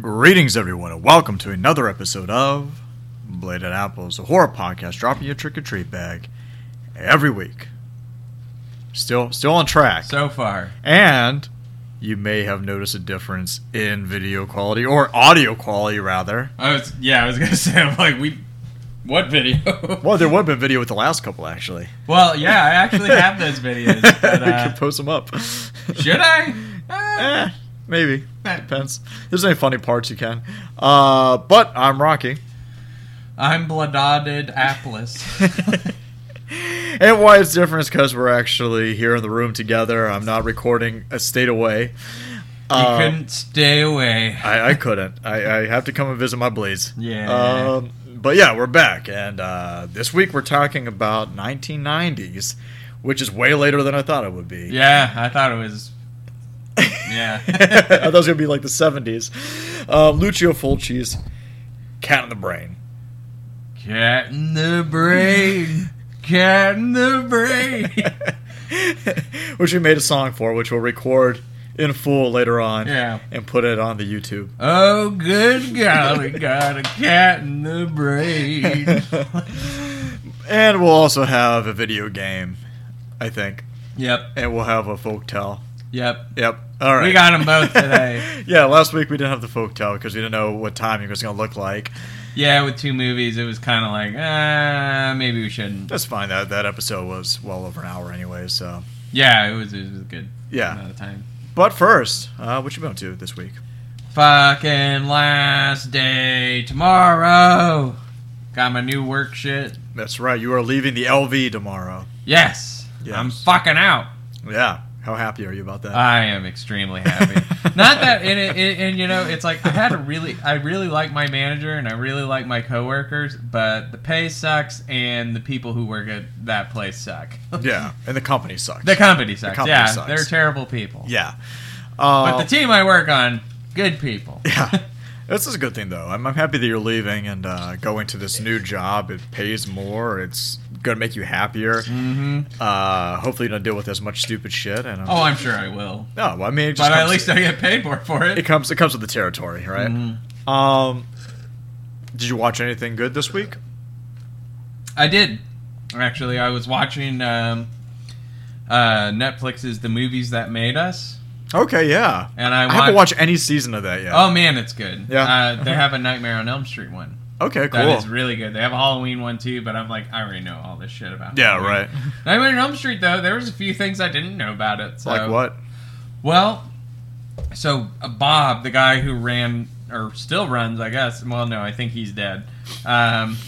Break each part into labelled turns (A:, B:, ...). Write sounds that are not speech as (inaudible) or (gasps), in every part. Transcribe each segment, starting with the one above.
A: Greetings, everyone, and welcome to another episode of Bladed Apples, a horror podcast dropping your trick or treat bag every week. Still, still on track.
B: So far,
A: and you may have noticed a difference in video quality or audio quality, rather.
B: I was yeah, I was gonna (laughs) say I'm like we, what video?
A: Well, there would have been video with the last couple, actually.
B: well, yeah, I actually
A: (laughs)
B: have those videos. But,
A: we can
B: uh,
A: post them up.
B: should I? Uh,
A: (laughs) Eh, maybe. Depends. If there's any funny parts, you can. Uh, but I'm Rocky.
B: I'm
A: (laughs)
B: bladotted Atlas.
A: and why it's different is because we're actually here in the room together. I'm not recording a state away.
B: you
A: Uh,
B: couldn't stay away.
A: I, I couldn't. I, I have to come and visit my blades.
B: Yeah.
A: Um, but yeah, we're back, and uh, this week we're talking about 1990s, which is way later than I thought it would be.
B: yeah, I thought it was. Yeah.
A: (laughs) I thought it was gonna be like the 70s. Uh, Lucio Fulci's Cat in the Brain.
B: Cat in the brain. Cat in the
A: (laughs)
B: brain.
A: which we made a song for, which we'll record in full later on
B: Yeah.
A: and put it on the
B: (laughs)
A: YouTube.
B: Oh, good golly, got a cat in
A: (laughs)
B: the brain.
A: and we'll also have a video game, I think.
B: yep,
A: And we'll have a folk tale.
B: yep.
A: Yep. All right.
B: We got 'em both today.
A: (laughs) yeah, last week we didn't have the folk tale because we didn't know what time it was going to look like.
B: Yeah, with two movies, it was kind of like, ah, maybe we shouldn't.
A: That's fine. That that episode was well over an hour anyway. So
B: Yeah, it was, it was good.
A: yeah.
B: Another time.
A: But first, uh, what you been up to this week?
B: Fucking last day tomorrow. Got my new work shit.
A: That's right. You are leaving the LV tomorrow.
B: Yes,
A: Yes.
B: I'm fucking out.
A: Yeah. How happy are you about that?
B: I am
A: (laughs)
B: extremely happy. Not that, and, it, it, and you know, it's like I had a really, I really like my manager and I really like my coworkers, but the pay sucks and the people who work at that place suck. (laughs)
A: yeah. And the company sucks.
B: the company sucks.
A: company
B: yeah,
A: sucks.
B: they're terrible people.
A: yeah.
B: But
A: Uh,
B: the team I work on,
A: (laughs)
B: good people.
A: yeah. This is a good thing, though. I'm, I'm happy that you're leaving and uh, going to this new job. It pays more. It's going to make you happier.
B: hmm
A: Uh, hopefully, you don't deal with as much stupid shit. And uh,
B: Oh, I'm sure I will.
A: no, well, I mean, it just
B: But at
A: comes-
B: least I get paid more for
A: it
B: it.
A: comes it comes with the territory, right?
B: Mhm.
A: Um, did you watch anything good this week?
B: I did. Actually, I was watching um, uh, Netflix's The Movies That Made Us,
A: Okay, yeah.
B: and I,
A: I
B: watched.
A: haven't watched any season of that yet.
B: Oh man, it's good.
A: Yeah. (laughs)
B: Uh, they have a Nightmare on Elm Street one.
A: okay, cool.
B: That is really good. They have a Halloween one too, but I'm like, I already know all this shit about.
A: yeah,
B: Halloween. (laughs)
A: right.
B: Nightmare on Elm Street though, there was a few things I didn't know about it. So.
A: Like what?
B: Well, so uh, Bob, the guy who ran or still runs, I guess. Well, no, I think he's dead. Um,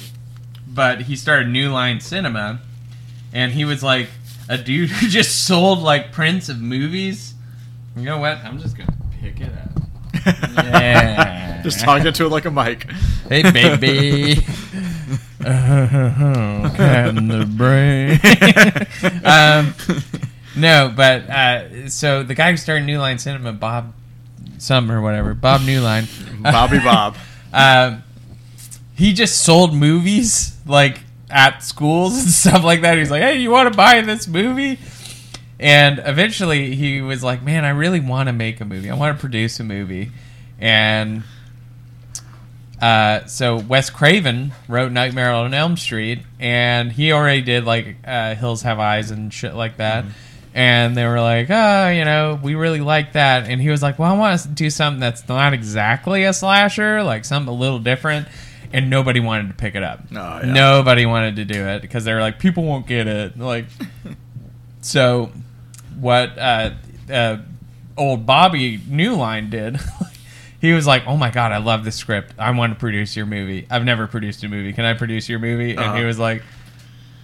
B: but he started New Line Cinema, and he was like a dude (laughs) who just sold like prints of movies. You know what? I'm just gonna pick it up. Yeah.
A: Just talking to it like a mic.
B: Hey, (laughs) baby. in the brain. (laughs) (laughs) um, no, but uh, so the guy who started New Line Cinema, Bob, some or whatever, Bob Newline,
A: (laughs) Bobby
B: (laughs)
A: Bob.
B: Um, he just sold movies like at schools and (laughs) stuff like that. He's like, "Hey, you want to buy this movie?" And eventually, he was like, "Man, I really want to make a movie. I want to produce a movie." And uh, so Wes Craven wrote Nightmare on Elm Street, and he already did like uh, Hills Have Eyes and shit like that.
A: Mm-hmm.
B: And they were like, oh, you know, we really like that. And he was like, well, I want to do something that's not exactly a slasher, like something a little different. And nobody wanted to pick it up.
A: Oh, yeah.
B: Nobody wanted to do it because they were like, people won't get it. Like, so what uh, uh, old Bobby Newline did, (laughs) he was like, "Oh my god, I love this script. I want to produce your movie. I've never produced a movie. Can I produce your movie?" And he
A: Uh-huh.
B: was like,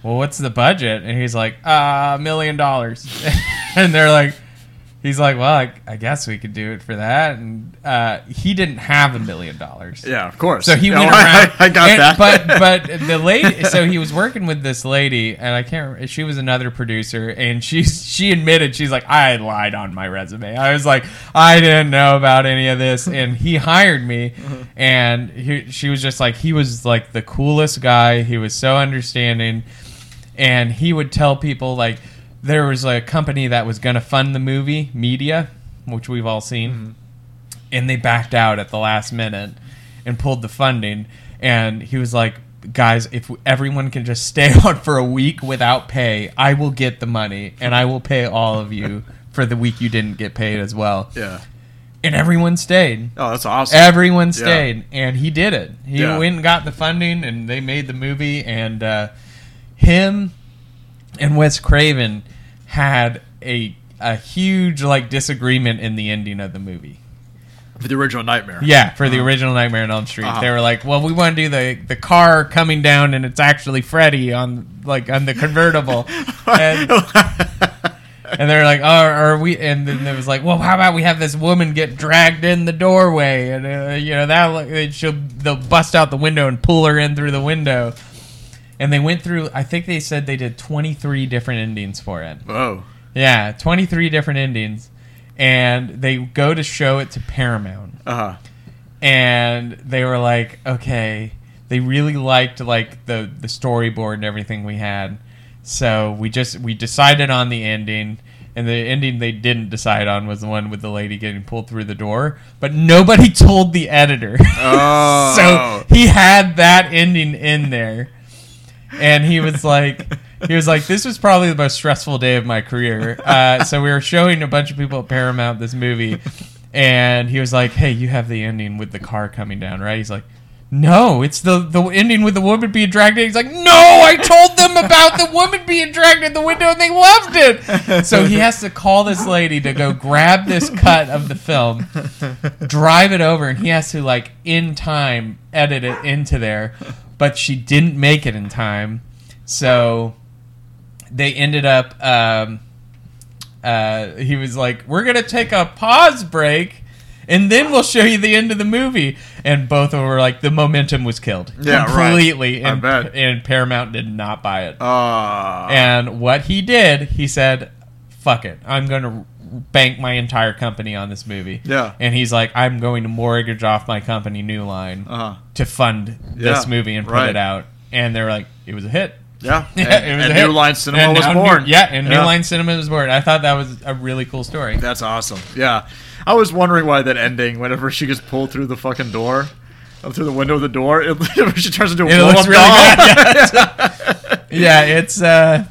B: "Well, what's the budget?" And he's like, "Ah, a million dollars." (laughs) and they're like. He's like, well, I, I guess we could do it for that, and uh, he didn't have a million dollars.
A: Yeah, of course. (laughs)
B: So he
A: Yeah,
B: went
A: well,
B: around.
A: I, I got
B: and-
A: that.
B: But but the lady, so he was working with this lady, and I can't. remember- She was another producer, and she she admitted she's like, I lied on my resume. I was like, I didn't know about any
A: (laughs)
B: of this, and he hired me,
A: Uh-huh.
B: and he, she was just like, he was like the coolest guy. He was so understanding and he would tell people like
A: Mm-hmm.
B: there was a company that was going to fund the movie media which we've all seen and they backed out at the last minute and pulled the funding. And he was like, "Guys, if everyone can just stay (laughs) on for a week without pay, I will get the money and I will pay all of you for the week you didn't get paid as well."
A: (laughs) Yeah.
B: And everyone stayed.
A: Oh, that's awesome.
B: Everyone stayed, and he did it. He
A: Yeah.
B: went and got the funding, and they made the movie. And uh, him and Wes Craven had a a huge like disagreement in the ending of the movie.
A: For the original Nightmare. (laughs)
B: Yeah, for the original Nightmare on Elm Street,
A: Uh-huh.
B: they were like, "Well, we want to do the the car coming down, and it's actually Freddy on like on the convertible." and, and they're like, "Oh, are we?" And then there was like, "Well, how about we have this woman get dragged in the doorway, and uh, you know that like, it- she'll they'll bust out the window and pull her in through the window." And they went through. I think they said they did twenty three different endings for it.
A: Whoa.
B: Yeah, twenty three different endings, and they go to show it to Paramount
A: Uh huh.
B: and they were like, okay, they really liked like the the storyboard and everything we had. So we just we decided on the ending, and the ending they didn't decide on was the one with the lady getting pulled through the door. But nobody (laughs) told the editor,
A: Oh.
B: (laughs) (laughs) so he had that ending in there, and he was like. He was like, "This was probably the most stressful day of my career." Uh, so we were showing a bunch of people at Paramount this movie, and he was like, "Hey, you have the ending with the car coming down, right?" He's like, "No, it's the the ending with the woman being dragged in." He's like, "No, I told them about the woman being dragged in the window, and they loved it." So he has to call this lady to go grab this cut of the film, drive it over, and he has to like in time edit it into there. But she didn't make it in time, so they ended up. Um, uh, he was like, "We're gonna take a pause break, and then we'll show you the end of the movie." And both of them were like, "The momentum was killed
A: Yeah, right.
B: completely,"
A: I
B: and,
A: bet.
B: and Paramount did not buy it.
A: Uh,
B: and what he did, he said, "Fuck it, I'm gonna." Bank my entire company on this movie.
A: Yeah.
B: and he's like, I'm going to mortgage off my company, New Line,
A: uh huh.
B: to fund this
A: Yeah,
B: movie and put
A: right.
B: it out. And they're like, it was a hit. (laughs)
A: Yeah.
B: Yeah,
A: and
B: it was
A: and
B: a hit.
A: New Line Cinema
B: And
A: was
B: now New-
A: born.
B: yeah, and New Line Cinema was born. I thought that was a really cool story.
A: That's awesome. Yeah. I was wondering why that ending, whenever she gets pulled through the fucking door, uh, through the window of the door, (laughs) it, she turns into a
B: It
A: blow
B: looks
A: up
B: really
A: doll.
B: yeah, it's uh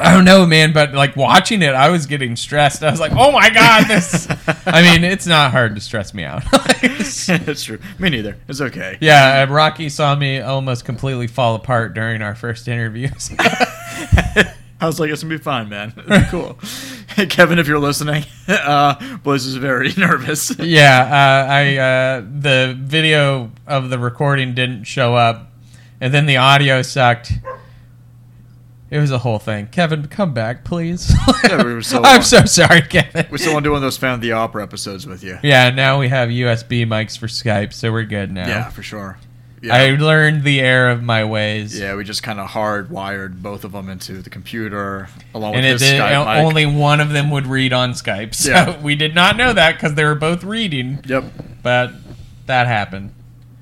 B: I don't know, man, but like watching it, I was getting stressed. I was like, "Oh my god, this!"
A: (laughs)
B: I mean, it's not hard to stress me out. (laughs)
A: (laughs) That's true. Me neither. It's okay.
B: yeah, uh, Rocky saw me almost completely fall apart during our first interviews.
A: (laughs)
B: (laughs)
A: I was like, it's gonna be fine, man. It's cool. (laughs) Hey, Kevin, if you're listening, (laughs) uh, Bliss is very (laughs) nervous.
B: Yeah, uh, I uh, the video of the recording didn't show up, and then the audio sucked. It was a whole thing. Kevin, come back, please.
A: Yeah, we were so
B: (laughs) I'm
A: long.
B: so sorry, Kevin.
A: We still want to do one of those Fan of the Opera episodes with you.
B: yeah, now we have USB mics for Skype, so we're good now.
A: Yeah, for sure. Yeah.
B: I learned the error of my ways.
A: yeah, we just kind of hardwired both of them into the computer along
B: And
A: with
B: it
A: this
B: did,
A: Skype mic.
B: only one of them would read on Skype, so
A: Yeah.
B: (laughs) we did not know that because they were both reading.
A: Yep.
B: But that happened.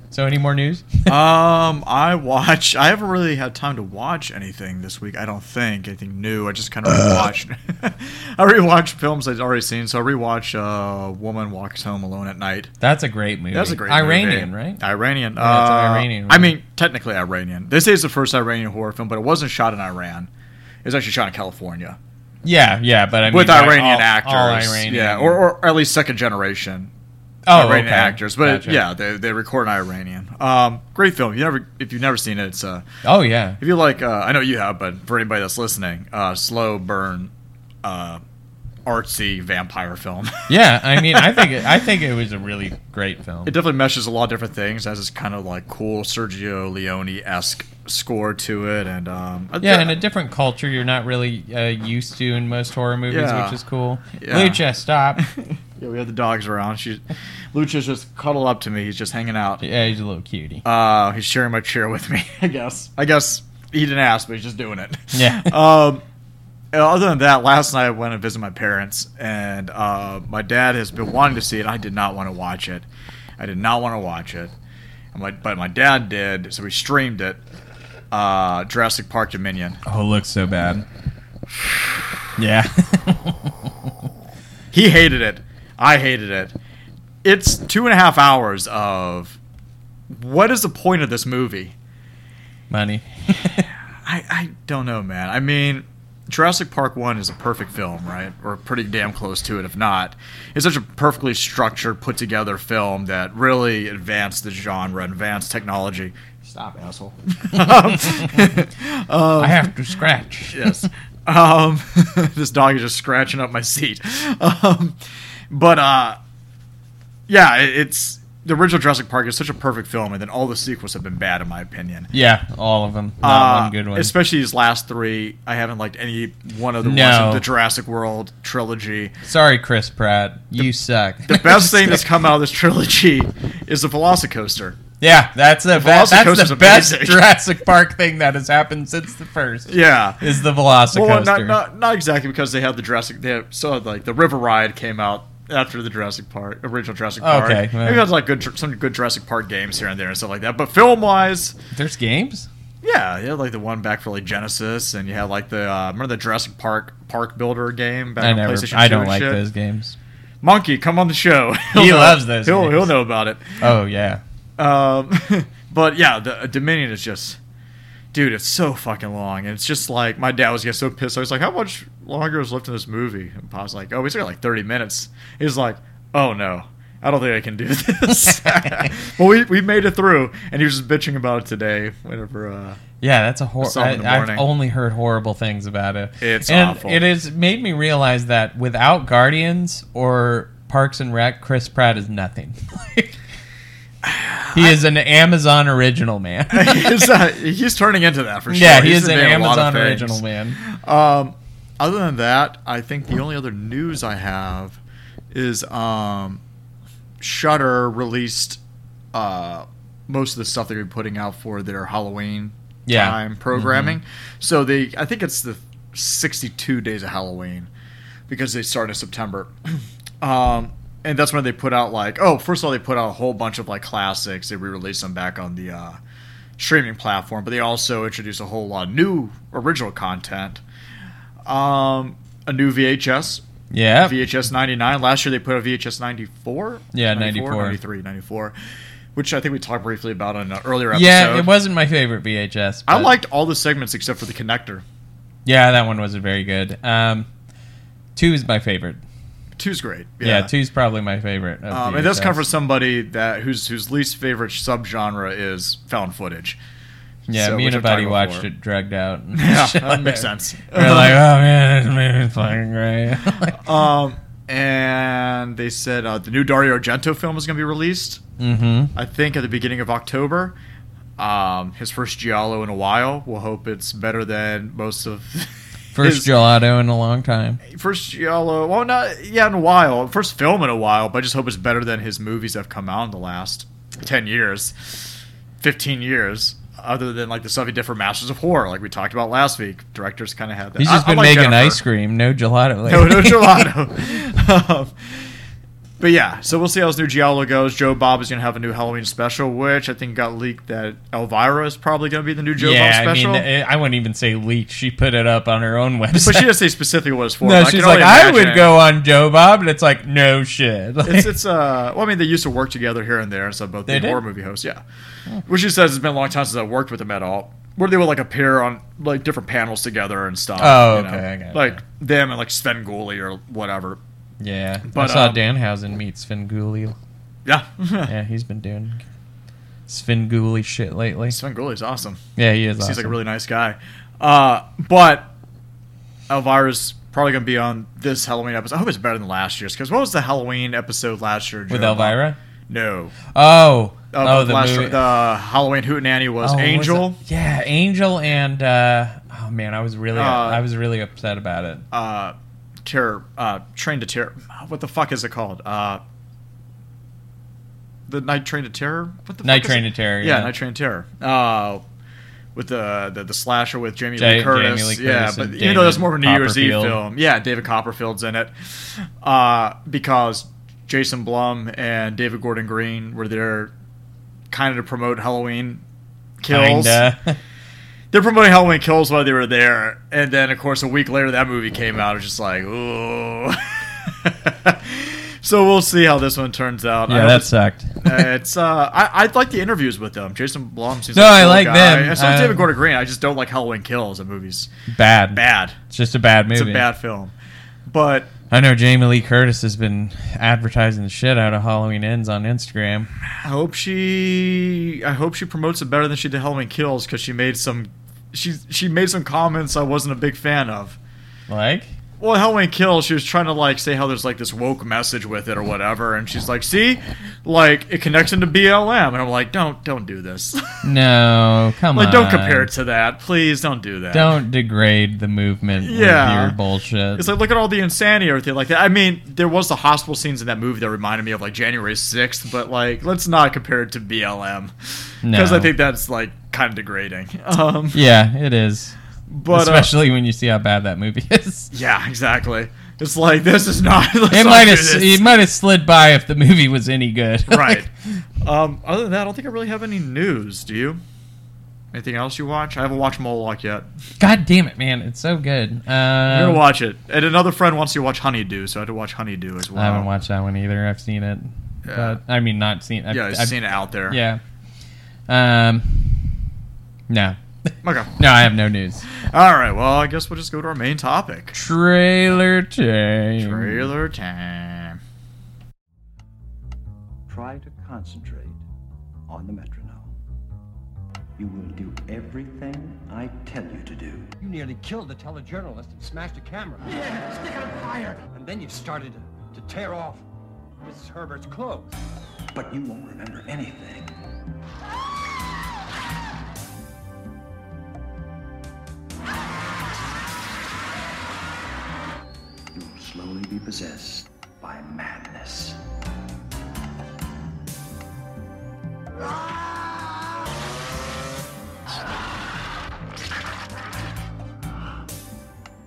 B: So, any more news?
A: Um, I watch. I haven't really had time to watch anything this week. I don't think anything new. I just kind of rewatched. (laughs) I rewatched films I'd already seen. So I rewatched uh, "Woman Walks Home Alone at Night."
B: That's a great movie.
A: That's a great
B: Iranian,
A: movie.
B: right?
A: Iranian.
B: Yeah, it's
A: uh,
B: Iranian,
A: I
B: right?
A: mean, technically Iranian. They say it's the first Iranian horror film, but it wasn't shot in Iran. It was actually shot in California
B: Yeah, yeah, but I mean
A: with
B: like,
A: Iranian
B: all-
A: actors.
B: all Iranian.
A: Yeah, or, or at least second generation
B: oh,
A: Iranian
B: okay.
A: actors. But
B: Gotcha.
A: yeah, they, they record in Iranian. Um, great film. You never if you've never seen it, it's uh,
B: Oh yeah.
A: if you like. Uh, I know you have, but for anybody that's listening, uh, slow burn, uh, artsy vampire film. (laughs)
B: Yeah, I mean, I think it, I think it was a really great film.
A: It definitely meshes a lot of different things. It has this kind of like cool Sergio Leone esque score to it, and um,
B: yeah, in a different culture you're not really uh, used to in most horror movies,
A: Yeah.
B: which is cool.
A: Yeah. (laughs)
B: Lucha, stop.
A: yeah, we have the dogs around. She's Lucha's just cuddled up to me. He's just hanging out.
B: yeah, he's a little cutie.
A: Uh, he's sharing my chair with me. (laughs) I guess. I guess he didn't ask, but he's just doing it.
B: Yeah.
A: Um, and other than that, last night I went and visited my parents, and uh, my dad has been wanting to see it. I did not want to watch it. I did not want to watch it. And my, but my dad did, so we streamed it. Uh, Jurassic Park Dominion.
B: Oh, it looks so bad. Yeah. (laughs)
A: He hated it. I hated it. it's two and a half hours of what is the point of this movie?
B: Money.
A: I, I don't know, man. I mean, Jurassic Park 1 is a perfect film, right? Or pretty damn close to it, if not. It's such a perfectly structured, put together film that really advanced the genre, advanced technology. Stop, asshole. (laughs) Oh.
B: I have to scratch.
A: yes. Um, (laughs) this dog is just scratching up my seat. Um, but uh, yeah, it, it's the original Jurassic Park is such a perfect film, and then all the sequels have been bad, in my opinion.
B: Yeah, all of them. Not
A: Uh,
B: one good one.
A: Especially these last three. I haven't liked any one of the ones
B: No.
A: in the Jurassic World
B: (laughs)
A: trilogy.
B: Sorry, Chris Pratt. You suck.
A: The best
B: (laughs)
A: thing that's come out of this trilogy is the Velocicoaster.
B: Yeah, that's the, best. that's
A: Velocicoaster's
B: the best
A: amazing.
B: Jurassic Park thing that has happened since the first.
A: Yeah.
B: Is the Velocicoaster.
A: Well, not, not not exactly because they had the Jurassic. They have, so like the River Ride came out after the Jurassic Park, original Jurassic Park.
B: Okay, well.
A: Maybe there's like good some good Jurassic Park games here and there and stuff like that. But film wise,
B: There's games?
A: yeah, you had like the one back for like Genesis, and you had like the uh, remember the Jurassic Park Park Builder game back
B: I
A: on
B: never.
A: PlayStation
B: I
A: 2
B: don't
A: and
B: like
A: shit?
B: those games.
A: Monkey, come on the show. (laughs)
B: He
A: He'll know-
B: loves those
A: He'll
B: games.
A: he'll know about it.
B: Oh yeah.
A: Um, (laughs) but yeah, the uh, Dominion is just, dude, it's so fucking long, and it's just like my dad was getting so pissed. I was like, "How much longer is left in this movie?" And Pop's like, "Oh, we still got like thirty minutes." He's like, "Oh no." I don't think I can do (laughs)
B: (laughs)
A: this. well, we, we made it through, and he was just bitching about it today. Whenever, uh, (laughs)
B: Yeah, that's a horror.
A: saw them in the
B: I've
A: morning.
B: only heard horrible things about it.
A: It's
B: and
A: awful.
B: It has made me realize that without Guardians or Parks and Rec, Chris Pratt is nothing. (laughs) he is an Amazon
A: (laughs)
B: original man. (laughs)
A: he's, uh, he's turning into that for sure.
B: yeah, he
A: He's
B: is
A: been
B: an
A: doing a lot of
B: Amazon
A: things.
B: original man.
A: Um, other than that, I think the only other news I have is um, Shutter released uh, most of the stuff they're putting out for their Halloween
B: Yeah.
A: time programming. So they, I think it's the 62 days of Halloween because they start in September. (clears throat) um, and that's when they put out like, oh, first of all, they put out a whole bunch of like classics. They re-released them back on the uh, streaming platform, but they also introduced a whole lot of new original content. Um, a new VHS,
B: Yeah.
A: VHS 99. Last year they put a VHS 94.
B: Yeah, 94.
A: 93, 94, which I think we talked briefly about on an earlier episode.
B: Yeah, it wasn't my favorite VHS.
A: I
B: but-
A: liked all the segments except for the connector.
B: Yeah, that one wasn't very good. Um, two is my favorite.
A: Two's great.
B: Yeah, two's probably my favorite. of
A: Um, it does come
B: VHS.
A: from somebody that whose whose least favorite subgenre is found footage.
B: Yeah,
A: So,
B: me
A: which
B: and a
A: I've
B: buddy
A: talked
B: watched
A: before.
B: it drugged out. (laughs)
A: (laughs)
B: and
A: Yeah,
B: shit
A: that
B: like
A: makes sense.
B: We're
A: (laughs)
B: like, oh man, this movie's fucking great. (laughs) Like,
A: Um, and they said uh, the new Dario Argento film is going to be released.
B: mm-hmm.
A: I think at the beginning of October. Um, his first giallo in a while. We'll hope it's better than most of
B: (laughs) First
A: his-
B: gelato in a long time.
A: First giallo. Well, not yeah, in a while. First film in a while. But I just hope it's better than his movies that have come out in the last ten years, fifteen years. Other than like the stuff he did for Masters of Horror, like we talked about last week, directors kind of had that.
B: He's
A: I-
B: just
A: I
B: been
A: like
B: making
A: Jennifer.
B: ice cream, no gelato. (laughs)
A: No,
B: Lately.
A: no gelato. (laughs) um, but yeah, so we'll see how his new Giallo goes. Joe Bob is going to have a new Halloween special, which I think got leaked that Elvira is probably going to be the new Joe
B: yeah,
A: Bob
B: I mean,
A: special.
B: eh, I wouldn't even say leak. She put it up on her own website.
A: but
B: (laughs)
A: she didn't say specifically what it's for.
B: no,
A: but I
B: she's
A: can
B: like,
A: only
B: I would
A: imagine-
B: go on Joe Bob, and it's like, no shit. Like,
A: It's, it's uh, well, I mean, they used to work together here and there, so both
B: They
A: the
B: did?
A: horror movie hosts, yeah. Which she says it's been a long time since I worked with them at all. Where they would like appear on like different panels together and stuff.
B: Oh,
A: you
B: okay, I got it.
A: like them and like Sven Gulli or whatever.
B: (laughs) yeah,
A: But,
B: I saw
A: um,
B: Danhausen meet Svengoolie.
A: (laughs) Yeah,
B: Yeah, he's been doing Svengoolie shit lately.
A: Sven Gulli's awesome.
B: Yeah, he is.
A: Seems like a
B: awesome.
A: really nice guy. Uh, but Elvira's probably going to be on this Halloween episode. I hope it's better than last year's because what was the Halloween episode last year?
B: with
A: Joe?
B: Elvira.
A: No.
B: Oh,
A: Uh,
B: oh, the
A: last
B: movie.
A: year, the Halloween Hootenanny was
B: Oh, what
A: Angel.
B: it? yeah, Angel and uh, oh man, I was really
A: Uh,
B: I was really upset about it.
A: uh, terror, uh, Train to Terror. What the fuck is it called? Uh, the Night Train to Terror. What the
B: Night
A: fuck is
B: Train
A: it?
B: to Terror,
A: Yeah,
B: yeah.
A: Night Train to Terror. Uh, with the, the the slasher with Jamie,
B: Ja-
A: Lee, Curtis.
B: Jamie Lee
A: Yeah,
B: Curtis
A: but
B: and
A: even though that's
B: David
A: more of a New Year's Eve
B: Copperfield.
A: film, yeah, David Copperfield's in it uh, because Jason Blum and David Gordon Green were there, kind of to promote Halloween kills (laughs)
B: Kinda.
A: they're promoting Halloween Kills while they were there, and then of course a week later that movie came out. It was just like, ooh. (laughs) So we'll see how this one turns out. I
B: Yeah,
A: hope
B: that sucked.
A: Uh, (laughs) it's uh, I I like the interviews with them. Jason Blum seems
B: No,
A: like a
B: I
A: cool
B: like
A: guy.
B: them.
A: And So is David
B: Um,
A: Gordon Green. I just don't like Halloween Kills. The movie's
B: bad.
A: bad.
B: It's just a bad movie.
A: It's a bad film. But
B: I know Jamie Lee Curtis has been advertising the shit out of Halloween Ends on Instagram.
A: I hope she I hope she promotes it better than she did Halloween Kills because she made some she she made some comments I wasn't a big fan of.
B: Like,
A: Well, Halloween Kills, she was trying to like say how there's like this woke message with it or whatever, and she's like, "See, like it connects into BLM," and I'm like, "Don't don't do
B: (laughs)
A: this."
B: no, come
A: Like,
B: on.
A: don't compare it to that. Please don't do that.
B: Don't degrade the movement
A: Yeah.
B: with your bullshit.
A: It's like, look at all the insanity or everything like that. I mean, there was the hospital scenes in that movie that reminded me of, like, January 6th, but, like, let's not compare it to BLM.
B: No.
A: Because I think that's, like, kind of degrading. Um,
B: Yeah, it is.
A: but, uh,
B: Especially when you see how bad that movie (laughs) is.
A: yeah, exactly. It's like, this is not. (laughs) let's
B: It
A: not
B: might
A: do
B: have
A: this.
B: it might have slid by if the movie was any good. (laughs)
A: Right.
B: Like,
A: Um, other than that, I don't think I really have any news. Do you? Anything else you watch? I haven't watched Moloch yet.
B: God damn it, man! It's so good. Um,
A: I'm going to watch it. And another friend wants you to watch Honeydew, so I had to watch Honeydew as well.
B: I haven't watched that one either. I've seen it,
A: Yeah.
B: but I mean, not seen. I've,
A: Yeah, I've,
B: I've-
A: seen it out there.
B: Yeah. Um. No. (laughs)
A: Okay.
B: No, I have no news.
A: All right. Well, I guess we'll just go to our main topic.
B: Trailer time.
A: Trailer time.
C: Try to concentrate on the metronome. You will do everything I tell you to do.
D: You nearly killed a telejournalist and smashed a camera. Yeah, stick on fire! And then you started to, to tear off Mrs. Herbert's clothes.
C: But you won't remember anything. You will slowly be possessed by madness.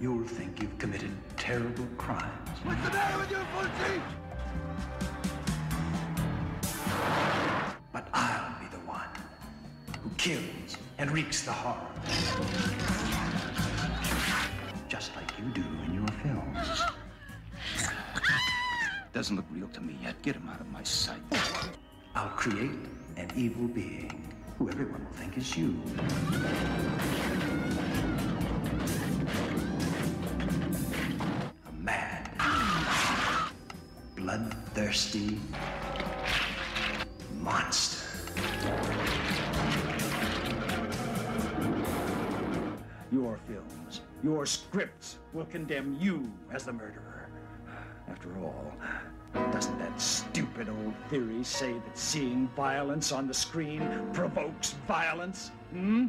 C: You'll think you've committed terrible crimes. But I'll be the one who kills and wreaks the horror. Just like you do in your films. (gasps) Doesn't look real to me yet. Get him out of my sight. I'll create an evil being who everyone will think is you. A mad, bloodthirsty monster. Your films, your scripts will condemn you as the murderer. After all, doesn't that stupid old theory say that seeing violence on the screen provokes violence? Hmm?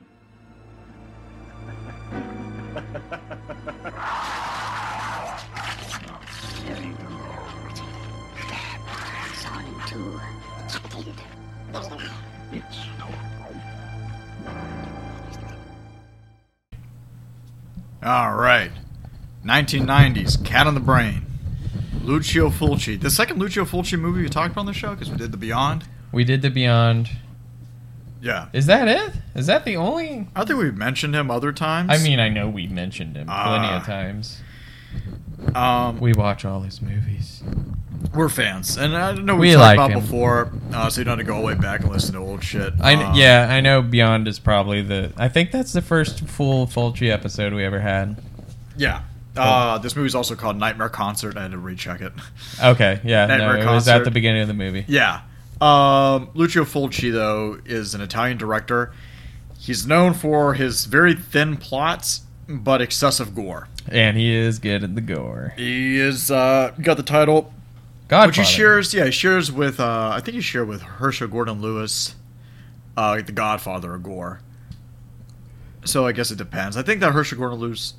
A: All right. 1990s, Cat on the Brain. Lucio Fulci. The second Lucio Fulci movie we talked about on the show because we did The Beyond.
B: We did the Beyond.
A: Yeah.
B: Is that it? Is that the only?
A: I think we've mentioned him other times.
B: I mean, I know we mentioned him plenty
A: Ah.
B: of times.
A: um,
B: We watch all his movies.
A: we're fans. And I know we,
B: We
A: talked
B: like
A: about
B: him.
A: before, uh, so you don't have to go way back and listen to old shit.
B: I
A: Um,
B: yeah, I know Beyond is probably the. I think that's the first full Fulci episode we ever had.
A: Yeah. Uh, this movie's also called Nightmare Concert. I had to recheck it. (laughs)
B: Okay, yeah, no,
A: Nightmare
B: it was at
A: Concert.
B: the beginning of the movie.
A: Yeah. Um, Lucio Fulci, though, is an Italian director. He's known for his very thin plots, but excessive gore.
B: And he is good at the gore.
A: He is uh, got the title,
B: Godfather.
A: which he shares. Yeah, he shares with. Uh, I think he shared with Herschel Gordon Lewis, uh, the Godfather of gore. So I guess it depends. I think that Herschel Gordon Lewis,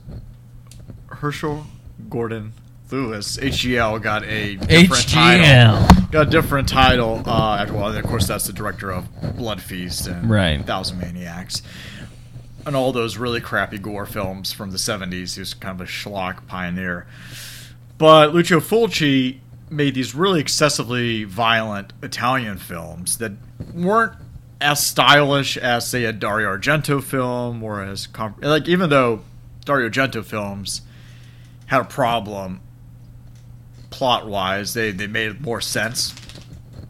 A: Herschel Gordon Lewis, HGL got a different title.
B: HGL.
A: got a different title. Uh, after well, and of course, that's the director of Blood Feast and
B: Right.
A: Thousand Maniacs, and all those really crappy gore films from the '70s. He was kind of a schlock pioneer. But Lucio Fulci made these really excessively violent Italian films that weren't as stylish as, say, a Dario Argento film, or as com- like even though Dario Argento films had a problem plot wise, they, they made more sense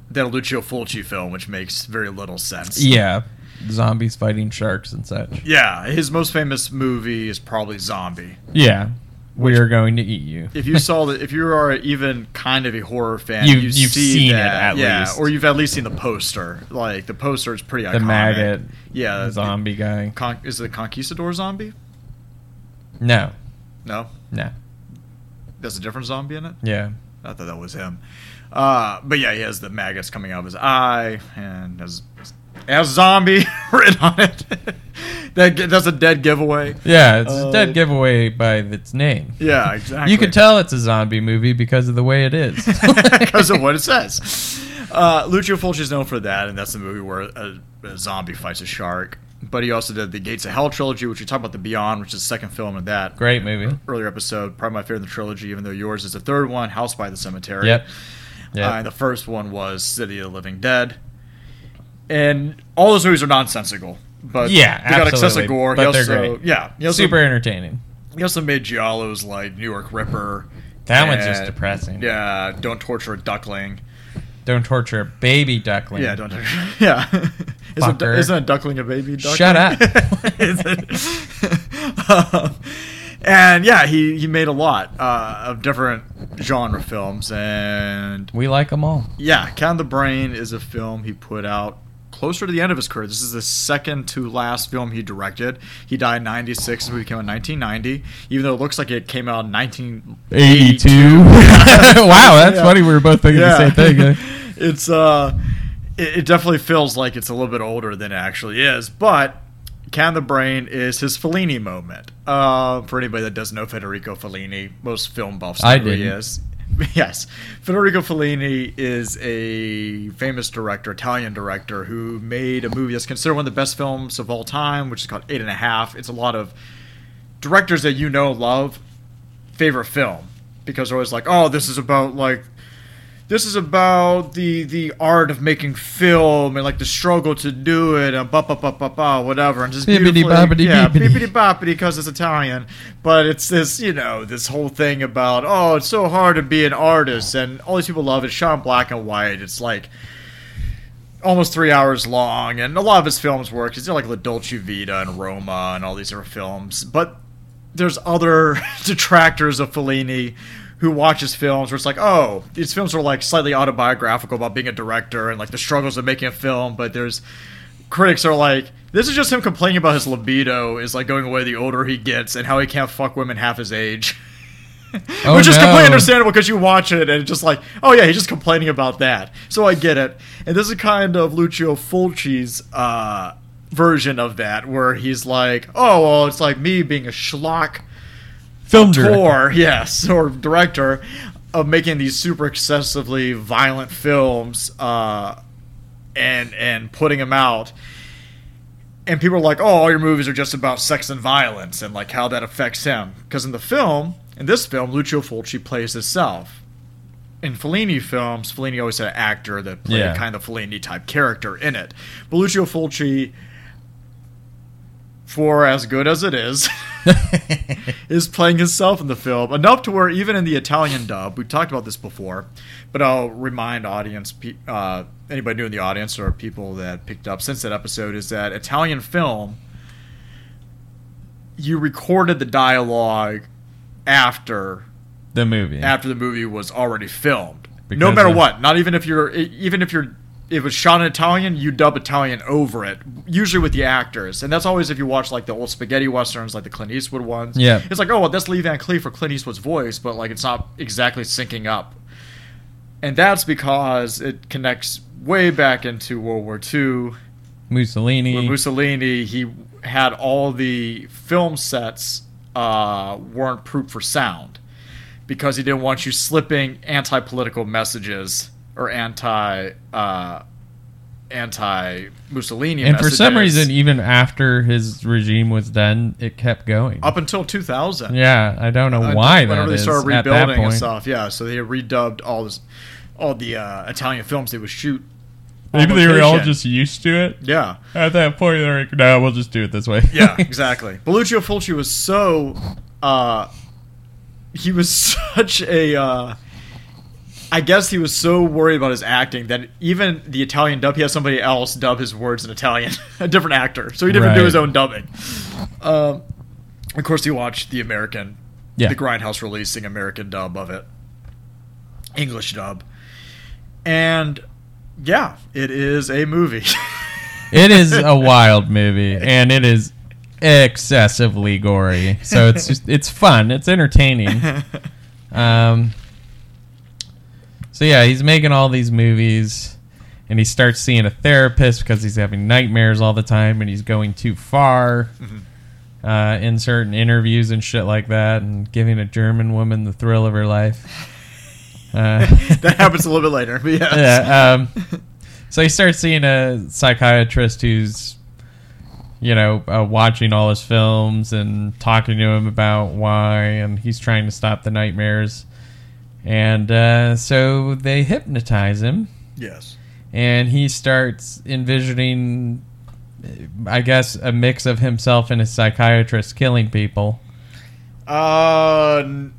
A: than a Lucio Fulci film, which makes very little sense.
B: Yeah, zombies fighting sharks and such.
A: Yeah, his most famous movie is probably Zombie.
B: Yeah, we are going to eat you.
A: If you saw that, if you are even kind of a horror fan,
B: You-
A: you,
B: you've
A: see
B: seen it
A: that,
B: at
A: yeah,
B: least.
A: or you've at least seen the poster. Like the poster is pretty
B: the
A: iconic.
B: maggot,
A: yeah,
B: the zombie guy.
A: Con- is it the conquistador zombie?
B: No,
A: No,
B: no,
A: there's a different zombie in it.
B: yeah,
A: I thought that was him. Uh, but yeah, he has the maggots coming out of his eye and has as zombie (laughs) written on it. that gi- that's a dead giveaway.
B: yeah. It's a
A: Uh,
B: dead giveaway by its name.
A: Yeah, exactly.
B: You can tell (laughs) it's a zombie movie because of the way it is.
A: (laughs) because of
B: (laughs)
A: what it says. Uh, Lucio Fulci is known for that, and that's the movie where a, a zombie fights a shark. But he also did the Gates of Hell trilogy, which we talked about the Beyond, which is the second film in that
B: Great movie.
A: earlier episode. Probably my favorite in the trilogy, even though yours is the third one, House by the Cemetery.
B: Yep.
A: Uh, and
B: Yeah.
A: the first one was City of the Living Dead. And all those movies are nonsensical. But
B: Yeah,
A: they got
B: absolutely,
A: excessive gore.
B: but
A: he
B: they're
A: also,
B: great.
A: Yeah, he also,
B: Super entertaining.
A: He also made giallos like New York Ripper.
B: That one's just
A: and-
B: depressing.
A: Yeah, don't torture a duckling.
B: Don't torture a baby duckling.
A: Yeah, don't touch. (laughs) Yeah, isn't,
B: Fucker.
A: a, isn't a duckling a baby? Duckling?
B: Shut up.
A: (laughs) Isn't- (laughs) um, and yeah, he he made a lot uh, of different genre films, and
B: We like
A: (laughs)
B: them all.
A: yeah, Count the Brain is a film he put out closer to the end of his career. This is the second to last film he directed. He died in '96, and we came out in 1990. Even though it looks like it came out in 1982.
B: (laughs) wow, that's
A: Yeah.
B: funny. We were both thinking the same
A: (laughs)
B: thing. eh?
A: it's uh, it, it definitely feels like it's a little bit older than it actually is, but. Can the Brain is his Fellini moment. Uh, for anybody that doesn't know Federico Fellini, most film buffs know
B: I
A: who he
B: didn't.
A: is. (laughs) Yes, Federico Fellini is a famous director, Italian director, who made a movie that's considered one of the best films of all time, which is called Eight and a Half. It's a lot of directors that you know love favorite film because they're always like, oh, this is about like this is about the the art of making film and like the struggle to do it and ba ba ba ba ba whatever and just
B: Bibbidi
A: beautifully-
B: bobbidi
A: yeah
B: bibbidi.
A: bibbidi boppity because it's Italian but it's this you know this whole thing about oh it's so hard to be an artist and all these people love it Sean black and white it's like almost three hours long, and a lot of his films work. He's done like La Dolce Vita and Roma and all these different films. But there's other (laughs) detractors of Fellini who watch his films where it's like, oh, these films are like slightly autobiographical about being a director and like the struggles of making a film, but there's critics are like, this is just him complaining about his libido is like going away the older he gets and how he can't fuck women half his age. (laughs)
B: Oh,
A: Which is
B: no.
A: completely understandable because you watch it and it's just like, oh yeah, he's just complaining about that. So I get it. And this is kind of Lucio Fulci's uh, version of that, where he's like, oh well, it's like me being a schlock
B: Film director.
A: tour, yes, (laughs) or director of making these super excessively violent films uh, and and putting them out. And people are like, "Oh, all your movies are just about sex and violence and like how that affects him." Because in the film, in this film, Lucio Fulci plays himself. In Fellini films, Fellini always had an actor that played
B: Yeah.
A: a kind of Fellini type character in it. But Lucio Fulci, for as good as it is, (laughs) is playing himself in the film enough to where even in the Italian dub, we've talked about this before, but I'll remind audience, pe- uh, anybody new in the audience or people that picked up since that episode, is that Italian film, you recorded the dialogue after
B: the movie.
A: after the movie was already filmed. no
B: Because
A: matter
B: of-
A: what, not even if you're e, even if you're if it was shot in Italian, you dub Italian over it, usually with the actors, and that's always if you watch like the old spaghetti westerns, like the Clint Eastwood ones.
B: Yeah.
A: it's like oh well, that's Lee Van Cleef or Clint Eastwood's voice, but like it's not exactly syncing up, and that's because it connects way back into World War II
B: Mussolini.
A: with Mussolini, he had all the film sets uh, weren't proof for sound because he didn't want you slipping anti-political messages or anti uh, anti Mussolini.
B: and for some reason, even after his regime was done, it kept going.
A: up until 2000,
B: yeah, I don't know
A: uh,
B: why that
A: whenever they
B: is
A: started
B: at that
A: rebuilding and
B: point.
A: stuff. Yeah, so they redubbed all this, all the uh, Italian films they would shoot. on
B: Maybe they were all
A: location.
B: just used to it.
A: yeah.
B: At that point, they're like, "No, we'll just do it this way." (laughs)
A: Yeah, (laughs) exactly. Belluccio Fulci was (laughs) so, uh, he was such a uh, I guess he was so worried about his acting that even the Italian dub, he had somebody else dub his words in Italian, (laughs) a different actor. So he didn't do
B: Right.
A: his own dubbing. Um, of course, he watched the American,
B: Yeah.
A: the Grindhouse releasing American dub of it, English dub. And yeah, it is a movie. (laughs)
B: It is a wild movie, and it is excessively gory. So it's just it's fun. It's entertaining. Um, so yeah, he's making all these movies, and he starts seeing a therapist because he's having nightmares all the time, and he's going too far uh, in certain interviews and shit like that, and giving a German woman the thrill of her life. Uh,
A: that happens a little bit later. But yes.
B: yeah. Um, so he starts seeing a psychiatrist who's, you know, uh, watching all his films and talking to him about why, and he's trying to stop the nightmares. And uh, so they hypnotize him,
A: Yes.
B: and he starts envisioning, I guess, a mix of himself and his psychiatrist killing people.
A: Uh, n-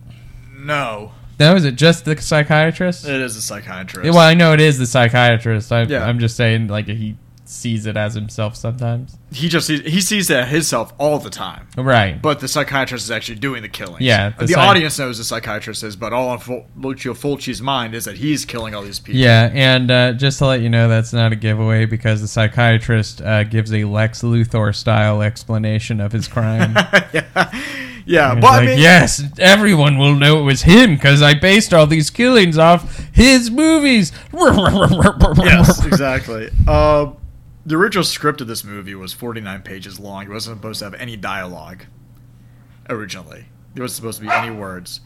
A: no.
B: No, is it just the psychiatrist?
A: It is a psychiatrist.
B: Yeah, Well, I know it is the psychiatrist. I,
A: Yeah.
B: I'm just saying, like he sees it as himself sometimes.
A: he just sees, he sees that himself all the time.
B: Right.
A: But the psychiatrist is actually doing the killing.
B: Yeah,
A: The,
B: the psych-
A: audience knows the psychiatrist is, but all in Fol- Lucio Fulci's mind is that he's killing all these people.
B: yeah, and uh, just to let you know, that's not a giveaway because the psychiatrist uh, gives a Lex Luthor style explanation of his
A: (laughs)
B: crime.
A: (laughs) yeah. Yeah.
B: He's
A: But I
B: like,
A: mean,
B: yes, everyone will know it was him because I based all these killings off his movies. (laughs)
A: Yes, exactly. Um, the original script of this movie was 49 pages long. It wasn't supposed to have any dialogue originally. There wasn't supposed to be any words.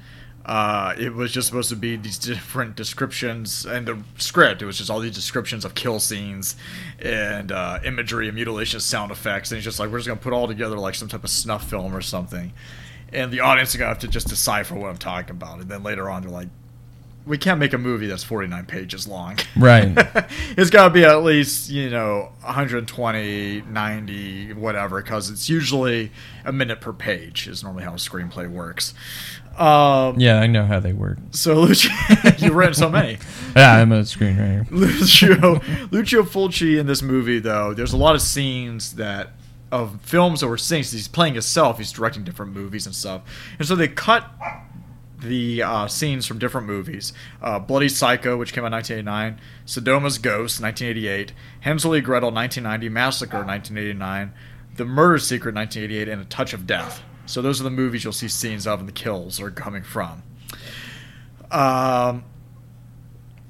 A: Uh, it was just supposed to be these different descriptions and the script. It was just all these descriptions of kill scenes and uh, imagery and mutilation sound effects. And it's just like, we're just going to put all together like some type of snuff film or something. And the audience is going to have to just decipher what I'm talking about. And then later on, they're like, we can't make a movie that's 49 pages long.
B: Right.
A: (laughs) it's got to be at least, you know, 120, 90, whatever, because it's usually a minute per page, is normally how a screenplay works. Um,
B: Yeah, I know how they work.
A: So, (laughs) Lucio, you've written so many.
B: Yeah, I'm a screenwriter.
A: (laughs) Lucio, Lucio Fulci in this movie, though, there's a lot of scenes that of films that we're seeing. So he's playing himself. He's directing different movies and stuff. And so they cut the uh, scenes from different movies: uh, Bloody Psycho, which came out in 1989, Sodoma's Ghost, 1988, Hansel and Gretel, 1990, Massacre, 1989, The Murder Secret, 1988, and A Touch of Death. So those are the movies you'll see scenes of, and the kills are coming from. Um,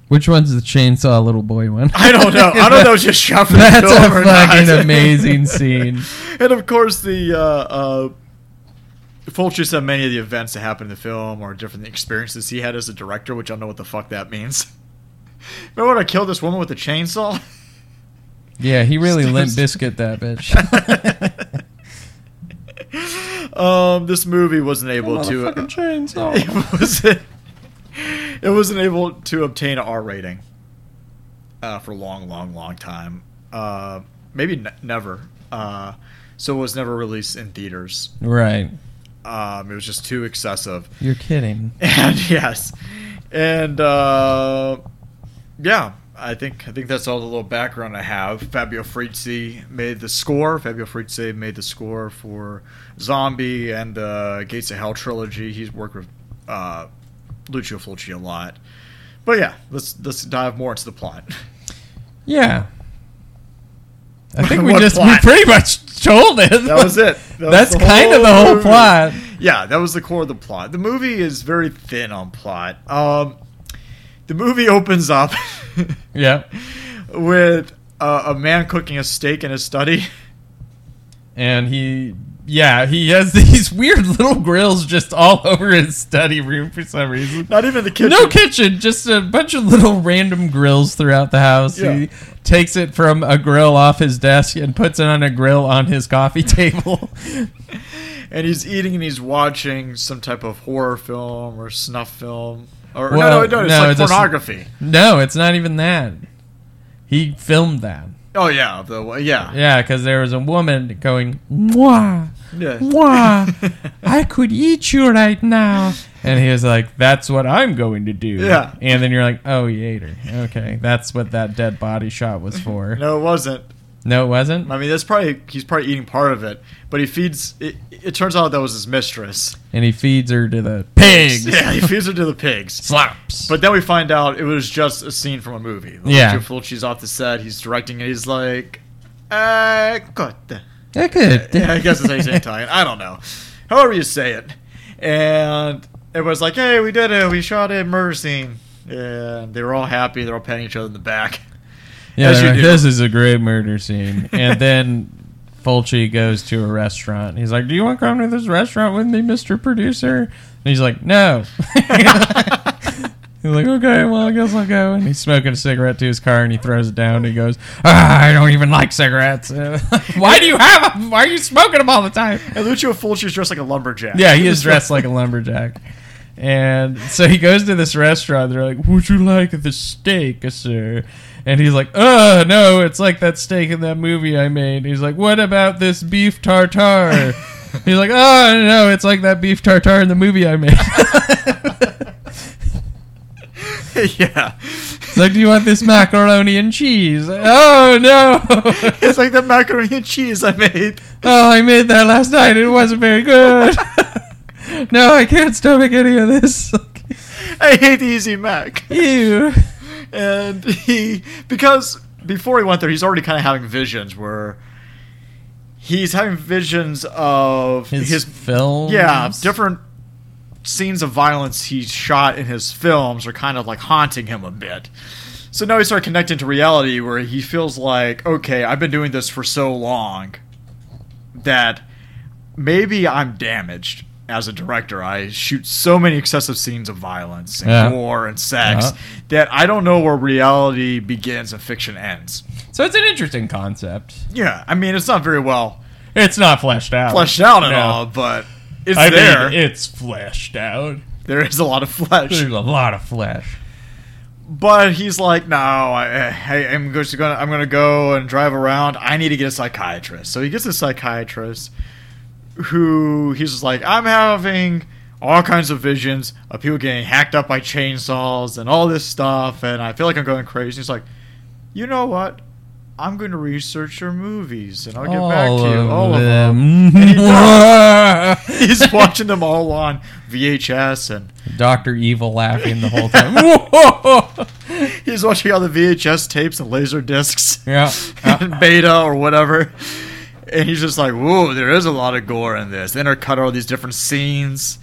B: Which one's the chainsaw little boy one?
A: I don't know. I don't know.
B: (laughs)
A: if Just shot from
B: That's
A: the film or
B: a fucking
A: not. (laughs)
B: amazing scene.
A: and of course, the uh, uh, Fulci said many of the events that happened in the film or different experiences he had as a director, which I don't know what the fuck that means. (laughs) Remember when I killed this woman with a chainsaw? (laughs)
B: Yeah, he really limp
A: Steps.
B: biscuit that bitch.
A: um, this movie wasn't able to. (laughs)
B: Motherfucking chainsaw.
A: It wasn't. It wasn't able to obtain an R rating uh, for a long, long, long time. Uh, maybe n- never. Uh, so it was never released in theaters.
B: Right.
A: Um, it was just too excessive.
B: You're kidding.
A: (laughs) And yes, and uh, yeah, I think I think that's all the little background I have. Fabio Frizzi made the score. Fabio Frizzi made the score for Zombie and the Gates of Hell trilogy. He's worked with uh, Lucio Fulci a lot. But yeah, let's let's dive more into the plot. (laughs)
B: Yeah. I think we
A: What
B: just
A: plot?
B: we pretty much told it.
A: That was
B: (laughs)
A: it. That was
B: That's
A: the
B: kind of
A: whole
B: the whole
A: movie.
B: plot.
A: Yeah, that was the core of the plot. The movie is very thin on plot. Um, the movie opens up. (laughs)
B: Yep.
A: with uh, a man cooking a steak in his study. (laughs)
B: And he yeah, he has (laughs) these weird little grills just all (laughs) over his study room for some reason.
A: Not even the kitchen.
B: No kitchen, just a bunch of little random grills throughout the house.
A: Yeah.
B: He takes it from a grill off his desk and puts it on a grill on his coffee (laughs) table.
A: and he's eating and he's watching some type of horror film or snuff film. Or
B: Well,
A: no, no, no, it's
B: no,
A: like
B: it's a sn-
A: pornography.
B: no, it's not even that. He filmed that.
A: oh yeah, the yeah,
B: Yeah, because there was a woman going, Mwah,
A: yeah.
B: mwah, I could eat you right now. And he was like, "That's what I'm going to do."
A: Yeah.
B: And then you're like, "Oh, Yater. Okay, that's what that dead body shot was
A: (laughs)
B: for."
A: No, it wasn't.
B: No, it wasn't.
A: I mean, that's probably he's probably eating part of it, but he feeds. It, it turns out that was his mistress.
B: And he feeds her to the pigs.
A: Yeah, he feeds her to the pigs.
B: Slaps.
A: But then we find out it was just a scene from a movie. Like,
B: Yeah.
A: Joe Fulci's off the set. He's directing it. He's like, uh, cut.
B: yeah, good.
A: yeah, I guess it's how you say Italian. I don't know. However you say it. And it was like, hey, we did it. We shot a murder scene. And they were all happy. They're all patting each other in the back.
B: (laughs) Yeah,
A: As
B: they're
A: you
B: like,
A: do.
B: this is a great murder scene. And then Fulci goes to a restaurant. He's like, "Do you want to come to this restaurant with me, Mister Producer?" And he's like, "No." (laughs) he's like, "Okay, well, I guess I'll go." And he's smoking a cigarette to his car, and he throws it down. And he goes, ah, "I don't even like cigarettes. (laughs) why do you have them? Why are you smoking them all the time?"
A: And Lucio Fulci's dressed like a lumberjack.
B: Yeah, he is dressed like a lumberjack. And so he goes to this restaurant. They're like, "Would you like the steak, sir?" And he's like, "Uh, no, it's like that steak in that movie I made." He's like, "What about this beef tartare?" he's like, "Oh no, it's like that beef tartare in the movie I made."
A: (laughs)
B: (laughs)
A: yeah.
B: He's like, "Do you want this macaroni and cheese?" Oh no!
A: It's like the macaroni and cheese I made.
B: (laughs) oh, I made that last night. It wasn't very good. (laughs) no, I can't stomach any of this. (laughs)
A: I hate the Easy Mac.
B: Ew.
A: And he, because before he went there, he's already kind of having visions where he's having visions of
B: His,
A: his
B: film.
A: Yeah, different scenes of violence he shot in his films are kind of like haunting him a bit. So now he started connecting to reality where he feels like, okay, I've been doing this for so long that maybe I'm damaged as a director. I shoot so many excessive scenes of violence and
B: Yeah.
A: war and sex
B: Uh-huh.
A: that I don't know where reality begins and fiction ends.
B: So it's an interesting concept.
A: Yeah, I mean, it's not very well
B: It's not fleshed out.
A: fleshed out at
B: No.
A: all, but it's
B: I
A: there.
B: mean, it's fleshed out.
A: there is a lot of flesh.
B: There's a lot of flesh.
A: But he's like, no, I, I, I'm just gonna, I'm gonna go and drive around. I need to get a psychiatrist. So he gets a psychiatrist, who he's just like, I'm having all kinds of visions of people getting hacked up by chainsaws and all this stuff, and I feel like I'm going crazy. He's like, you know what? I'm going to research your movies, and I'll get back to you. all of them. (laughs) And he does. He's watching them all on VHS and
B: (laughs) Doctor Evil laughing the whole time. (laughs) Whoa.
A: He's watching all the VHS tapes and laser discs.
B: Yeah.
A: and (laughs) beta or whatever. And he's just like, whoa, there is a lot of gore in this. They intercut all these different scenes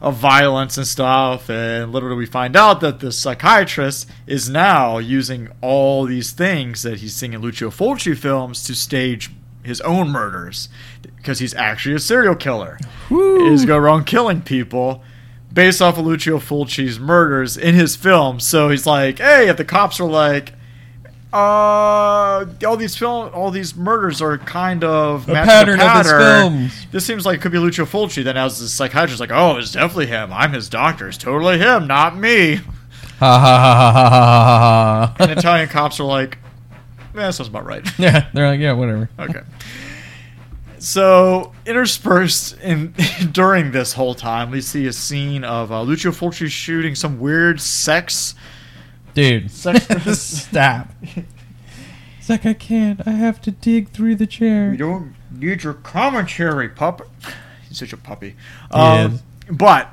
A: of violence and stuff. And literally, we find out that the psychiatrist is now using all these things that he's seeing in Lucio Fulci films to stage his own murders because he's actually a serial killer. He's going around killing people based off of Lucio Fulci's murders in his film. So he's like, hey, if the cops are like, uh, all these film, all these murders are kind of matching
B: pattern of his films.
A: This seems like it could be Lucio Fulci. Then as the psychiatrist, like, oh, it's definitely him. I'm his doctor. It's totally him, not me.
B: Ha ha ha ha ha ha
A: And
B: ha. (laughs)
A: Italian cops are like, eh, that sounds about right.
B: Yeah, they're like, yeah, whatever.
A: Okay. So interspersed in (laughs) during this whole time, we see a scene of uh, Lucio Fulci shooting some weird sex.
B: Dude, (laughs)
A: Sex-
B: stop. It's like I can't. I have to dig through the chair.
A: don't need your commentary, pup. He's such a puppy.
B: He
A: Um,
B: is.
A: But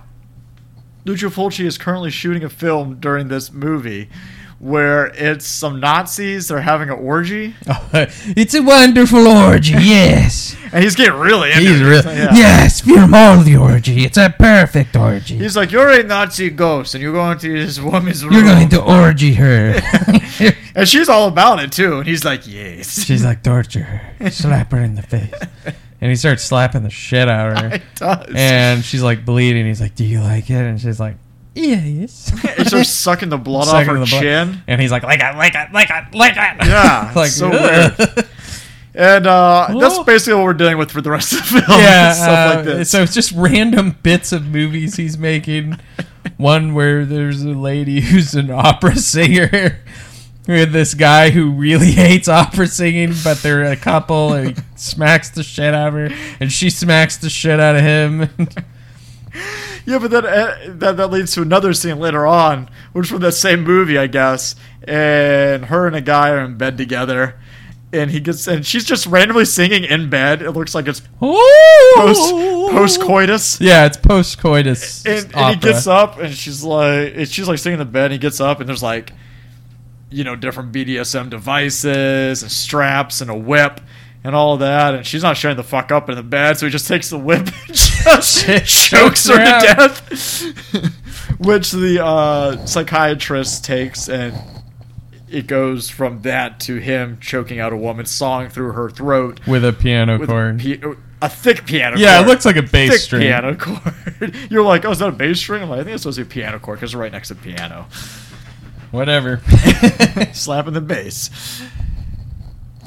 A: Lucio Fulci is currently shooting a film during this movie where it's some Nazis. They're having an orgy,
B: (laughs) it's a wonderful orgy. Yes.
A: and he's getting really into
B: He's
A: it.
B: real.
A: Yeah.
B: Yes, film all the orgy. It's a perfect orgy.
A: He's like, "You're a Nazi ghost, and you're going to this woman's room."
B: You're going to orgy her.
A: (laughs) And she's all about it too. And he's like, yes. (laughs)
B: She's like, torture her. Slap her in the face. And he starts slapping the shit out of her.
A: It does.
B: And she's like bleeding. He's like, Do you like it? And she's like, Yes.
A: It starts
B: (laughs)
A: sucking the blood
B: Sucking
A: off her
B: the blood.
A: chin.
B: And he's like, Like it, like it, like it, (laughs) like it.
A: Yeah, it's so
B: "Ugh."
A: And uh, that's
B: Whoa.
A: basically what we're dealing with for the rest of the film.
B: (laughs)
A: (laughs)
B: yeah,
A: stuff
B: uh,
A: like this.
B: So it's just random bits of movies he's making. One where there's a lady who's an opera singer. With this guy who really (laughs) hates opera singing, but they're a
A: (laughs)
B: couple, and he (laughs) smacks the shit out of her, and she smacks the shit out of him.
A: Yeah, but then uh, that, that leads to another scene later on, which from that same movie, I guess. And her and a guy are in bed together, and he gets and she's just randomly singing in bed. It looks like it's post post coitus.
B: Oh. Yeah, it's post coitus.
A: And, and he gets up, and she's like, and she's like singing in the bed. And he gets up, and there's like, you know, different BDSM devices and straps and a whip. And all that, and she's not shutting the fuck up in the bed, so he just takes the whip and (laughs) just chokes
B: Chokes
A: her
B: her out.
A: to death. (laughs) Which the uh, psychiatrist takes, and it goes from that to him choking out a woman, sawing through her throat
B: with a piano
A: with
B: chord.
A: pi- a thick piano.
B: yeah,
A: chord.
B: it looks like a bass
A: thick
B: string.
A: piano chord. (laughs) You're like, oh, is that a bass string? I'm like, I think it's supposed to be a piano chord because it's right next to piano, (laughs)
B: Whatever. (laughs)
A: slapping the bass.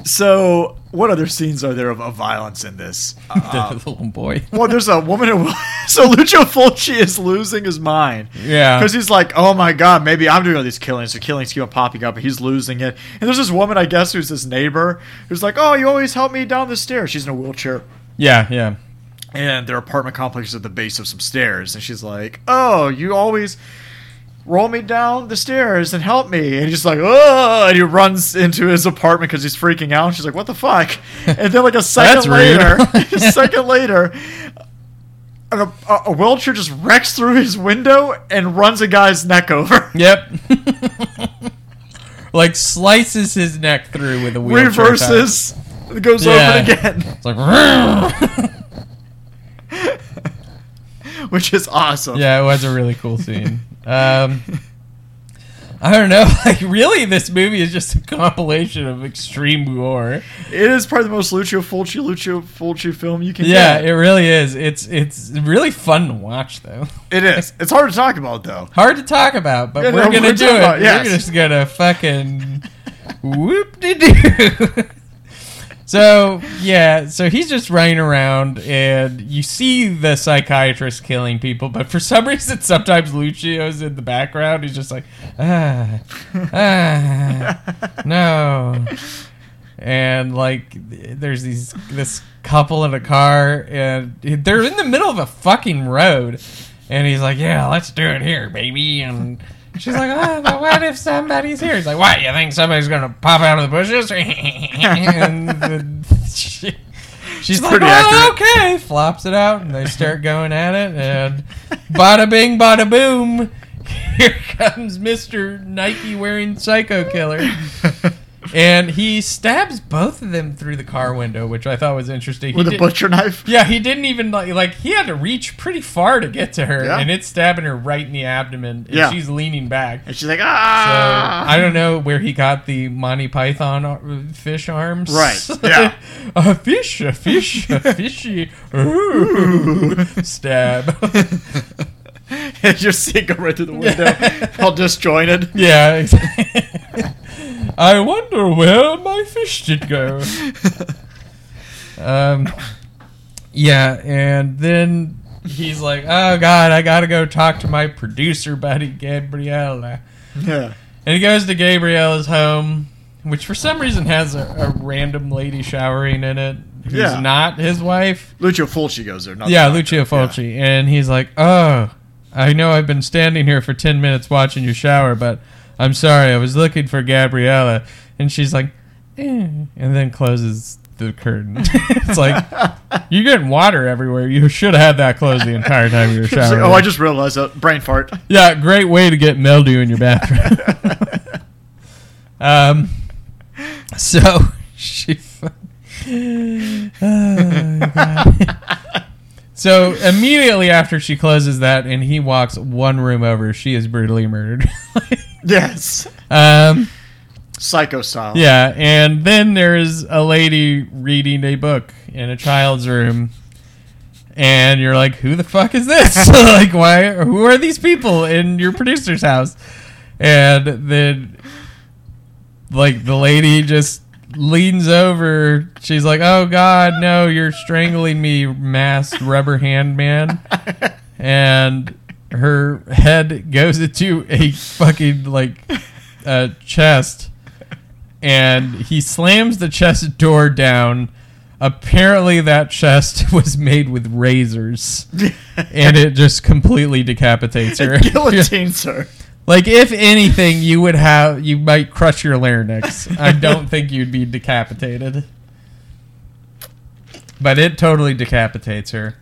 A: So, what other scenes are there of, of violence in this? Uh,
B: the little boy.
A: (laughs) Well, there's a woman who. (laughs) so Lucio Fulci is losing his mind.
B: Yeah.
A: Because he's like, oh my god, maybe I'm doing all these killings. The killings keep on popping up, and he's losing it. And there's this woman, I guess, who's his neighbor, who's like, oh, you always help me down the stairs. She's in a wheelchair,
B: Yeah, yeah.
A: and their apartment complex is at the base of some stairs. And she's like, oh, you always roll me down the stairs and help me. And he's like, oh, and he runs into his apartment because he's freaking out. And she's like, what the fuck? And then like
B: (laughs)
A: a
B: That's
A: second
B: rude.
A: later,
B: (laughs)
A: a second later, a, a, a wheelchair just wrecks through his window and runs a guy's neck over. (laughs)
B: Yep. (laughs) like slices his neck through with a wheelchair. tire.
A: Reverses, goes
B: Yeah.
A: over it again, (laughs)
B: It's like. "Rrrr."
A: which is awesome.
B: yeah, it was a really cool scene. Um, I don't know. (laughs) Like, really, this movie is just a compilation of extreme gore.
A: It is probably the most Lucio Fulci, Lucio Fulci film you can
B: Yeah,
A: get.
B: it really is. It's it's really fun to watch though.
A: it is. It's hard to talk about, (laughs) though.
B: Hard to talk about, but
A: Yeah,
B: we're
A: no,
B: gonna
A: we're
B: do
A: talking
B: it.
A: about- yes.
B: We're just
A: (laughs)
B: gonna fucking whoop de doo. (laughs) So yeah, so he's just running around, and you see the psychiatrist killing people, but for some (laughs) reason, sometimes Lucio's in the background. He's just like, ah, ah, (laughs) no, and like th- there's these this couple in a car, and they're in the middle of a fucking road, and he's like, yeah, let's do it here, baby, and. She's like, oh, but what if somebody's here? He's like, what? You think somebody's gonna pop out of the bushes? (laughs) and the, she, she's like,
A: pretty
B: oh, okay. Flops it out, and they start going at it, and bada bing, bada boom. (laughs) Here comes Mr. Nike wearing Psycho Killer. And he stabs both of them through the car window, which I thought was interesting. He
A: With a
B: did-
A: butcher knife.
B: yeah, he didn't even like like he had to reach pretty far to get to her,
A: Yeah.
B: and it's stabbing her right in the abdomen, and
A: Yeah.
B: she's leaning back. So
A: And she's like,
B: I
A: ah.
B: don't know where he got the Monty Python ar- fish arms. (laughs)
A: Right, yeah.
B: a fish, a fish, a fishy. Ooh, stab. (laughs)
A: (laughs) and you see it go right through the (laughs) window, all disjointed.
B: yeah. ex- (laughs) I wonder where my fish did go. Um, yeah, and then he's like, "Oh God, I gotta go talk to my producer buddy Gabriella."
A: yeah.
B: And he goes to Gabriella's home, which for some reason has a, a random lady showering in it who's
A: Yeah.
B: not his wife.
A: Lucio Fulci goes there. Not
B: Yeah, Lucio Fulci, and he's like, "Oh, I know I've been standing here for ten minutes watching you shower, but I'm sorry, I was looking for Gabriella," and she's like, eh, and then closes the curtain. (laughs) it's like you're getting water everywhere. You should have had that closed the entire
A: (laughs)
B: time you were
A: She's like,
B: showering.
A: oh, I just realized that. Brain (laughs) fart.
B: yeah, great way to get mildew in
A: (laughs)
B: your bathroom. um, so (laughs) she. fu-
A: (laughs)
B: Oh, God. So immediately after she closes that and he walks one room over, she is brutally murdered. (laughs)
A: yes.
B: um,
A: Psycho style.
B: yeah, and then there is a lady reading a book in a child's room, and you're like, "Who the fuck is this? (laughs) like, why? Who are these people in your producer's house?" And then, like, the lady just leans over. She's like, "Oh God, no! You're strangling me, masked rubber hand man." and her head goes into a fucking like uh, chest, and he slams the chest door down. Apparently, that chest (laughs) was made with razors,
A: (laughs)
B: and it just completely decapitates her.
A: Guillotines her.
B: (laughs) like, if anything, you would have you might crush your larynx. I don't think you'd be decapitated, but it totally decapitates her.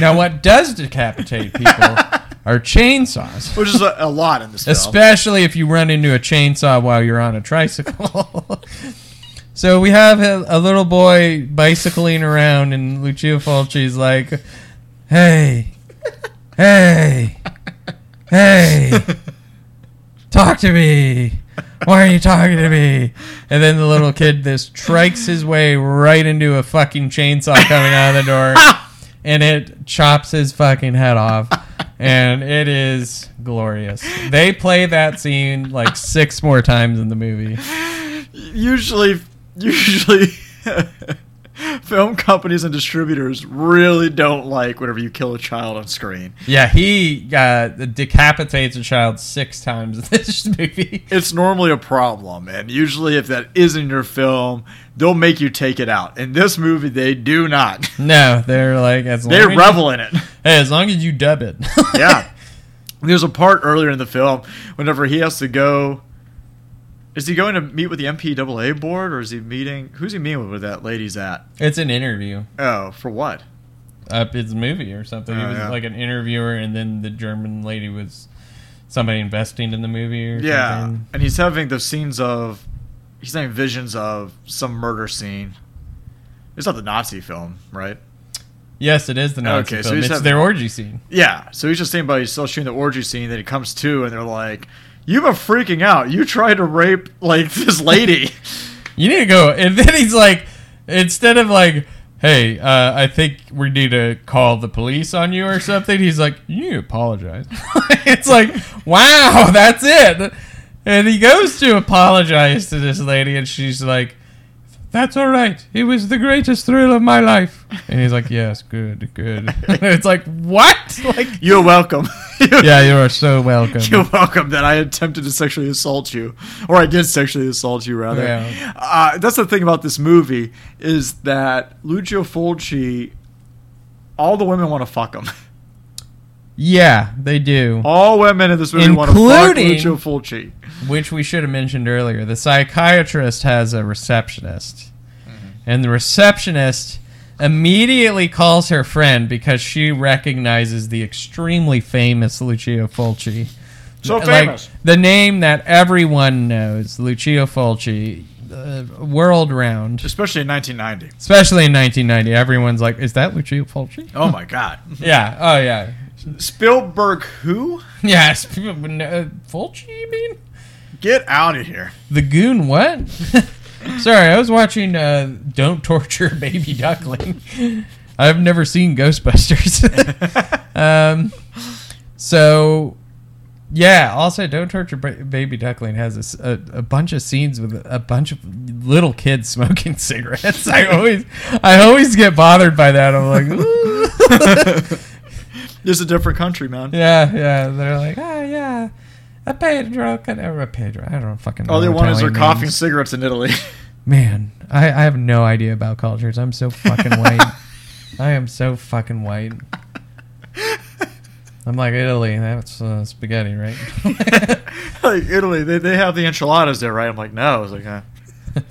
B: Now, what does decapitate people are chainsaws.
A: Which is a, a lot in this film.
B: Especially if you run into a chainsaw while you're on a tricycle. (laughs) so we have a, a little boy bicycling around, and Lucia Fulci's like, "Hey, hey, hey,
A: (laughs)
B: talk to me." Why are you talking to me? And then the little kid just trikes his way right into a fucking chainsaw coming out of the door (laughs) and it chops his fucking head off. and it is glorious. They play that scene like six more times in the movie.
A: usually usually (laughs) film companies and distributors really don't like whenever you kill a child on screen.
B: Yeah, he uh, decapitates a child six times in this (laughs) movie.
A: It's normally a problem, and usually if that is in your film, they'll make you take it out. In this movie, they do not. (laughs)
B: No, they're like as long
A: They
B: as-
A: revel in it. (laughs)
B: Hey, as long as you dub it.
A: Yeah. There's a part earlier in the film whenever he has to go. Is he going to meet with the MPAA board, or is he meeting? Who's he meeting with? Where that lady's at?
B: (laughs) it's an interview
A: Oh, for what?
B: up his movie or something. he
A: Oh,
B: was
A: yeah.
B: like an interviewer, and then the German lady was somebody investing in the movie or
A: Yeah,
B: something.
A: and he's having the scenes of, he's having visions of some murder scene. It's not the Nazi film, right?
B: Yes, it is the Nazi
A: Okay, so
B: film.
A: he's
B: it's
A: having-
B: their orgy scene.
A: Yeah, so he's just saying, but he's still shooting the orgy scene. Then he comes to, and they're like, "You've been freaking out. You tried to rape like (laughs) this lady."
B: you need to go. And then he's like, instead of like, hey, uh, I think we need to call the police on you or something, he's like, you need to apologize. (laughs) it's like, wow, that's it. And he goes to apologize to this lady, and she's like, that's all right. It was the greatest thrill of my life. And he's like, yes, good, good. (laughs) it's like, what? (laughs) Like,
A: (laughs) You're welcome.
B: yeah, you are so welcome.
A: You're welcome that I attempted to sexually assault you, or I did sexually assault you, rather.
B: Yeah.
A: Uh, that's the thing about this movie is that Lucio Fulci, all the women want to fuck him. (laughs)
B: yeah, they do.
A: All women in this movie want to
B: Including-
A: fuck Lucio Fulci.
B: which we should have mentioned earlier. The psychiatrist has a receptionist,
A: Mm-hmm.
B: and the receptionist immediately calls her friend because she recognizes the extremely famous Lucio Fulci.
A: So
B: Like,
A: famous.
B: the name that everyone knows, Lucio Fulci, uh, world round,
A: Especially in 1990.
B: especially in 1990. Everyone's like, "Is that Lucio
A: (laughs)
B: Fulci?"
A: Oh my
B: (laughs)
A: God.
B: yeah. Oh yeah. (laughs)
A: Spielberg, who?
B: Yeah. it's- uh, Fulci, you mean?
A: Get out of
B: (laughs)
A: here.
B: The Goon what? (laughs) Sorry, I was watching uh, Don't Torture Baby Duckling. (laughs) I've never seen Ghostbusters. (laughs) um, so, yeah, also Don't Torture ba- Baby Duckling has a s- a, a bunch of scenes with a bunch of little kids smoking (laughs) cigarettes. I always I always get bothered by that. I'm like, "Ooh." (laughs)
A: This is a different country, man.
B: yeah, yeah. They're like, ah, yeah. A Pedro, can- or a Pedro. I don't fucking know.
A: All they want is their
B: Oh, Italian
A: coffee
B: names.
A: and cigarettes in Italy.
B: Man, I, I have no idea about cultures. I'm so fucking
A: (laughs)
B: white. I am so fucking white. I'm like Italy. That's uh, spaghetti, right? (laughs)
A: like Italy, they, they have the enchiladas there, right? I'm like, no. I was like,
B: (laughs)
A: huh.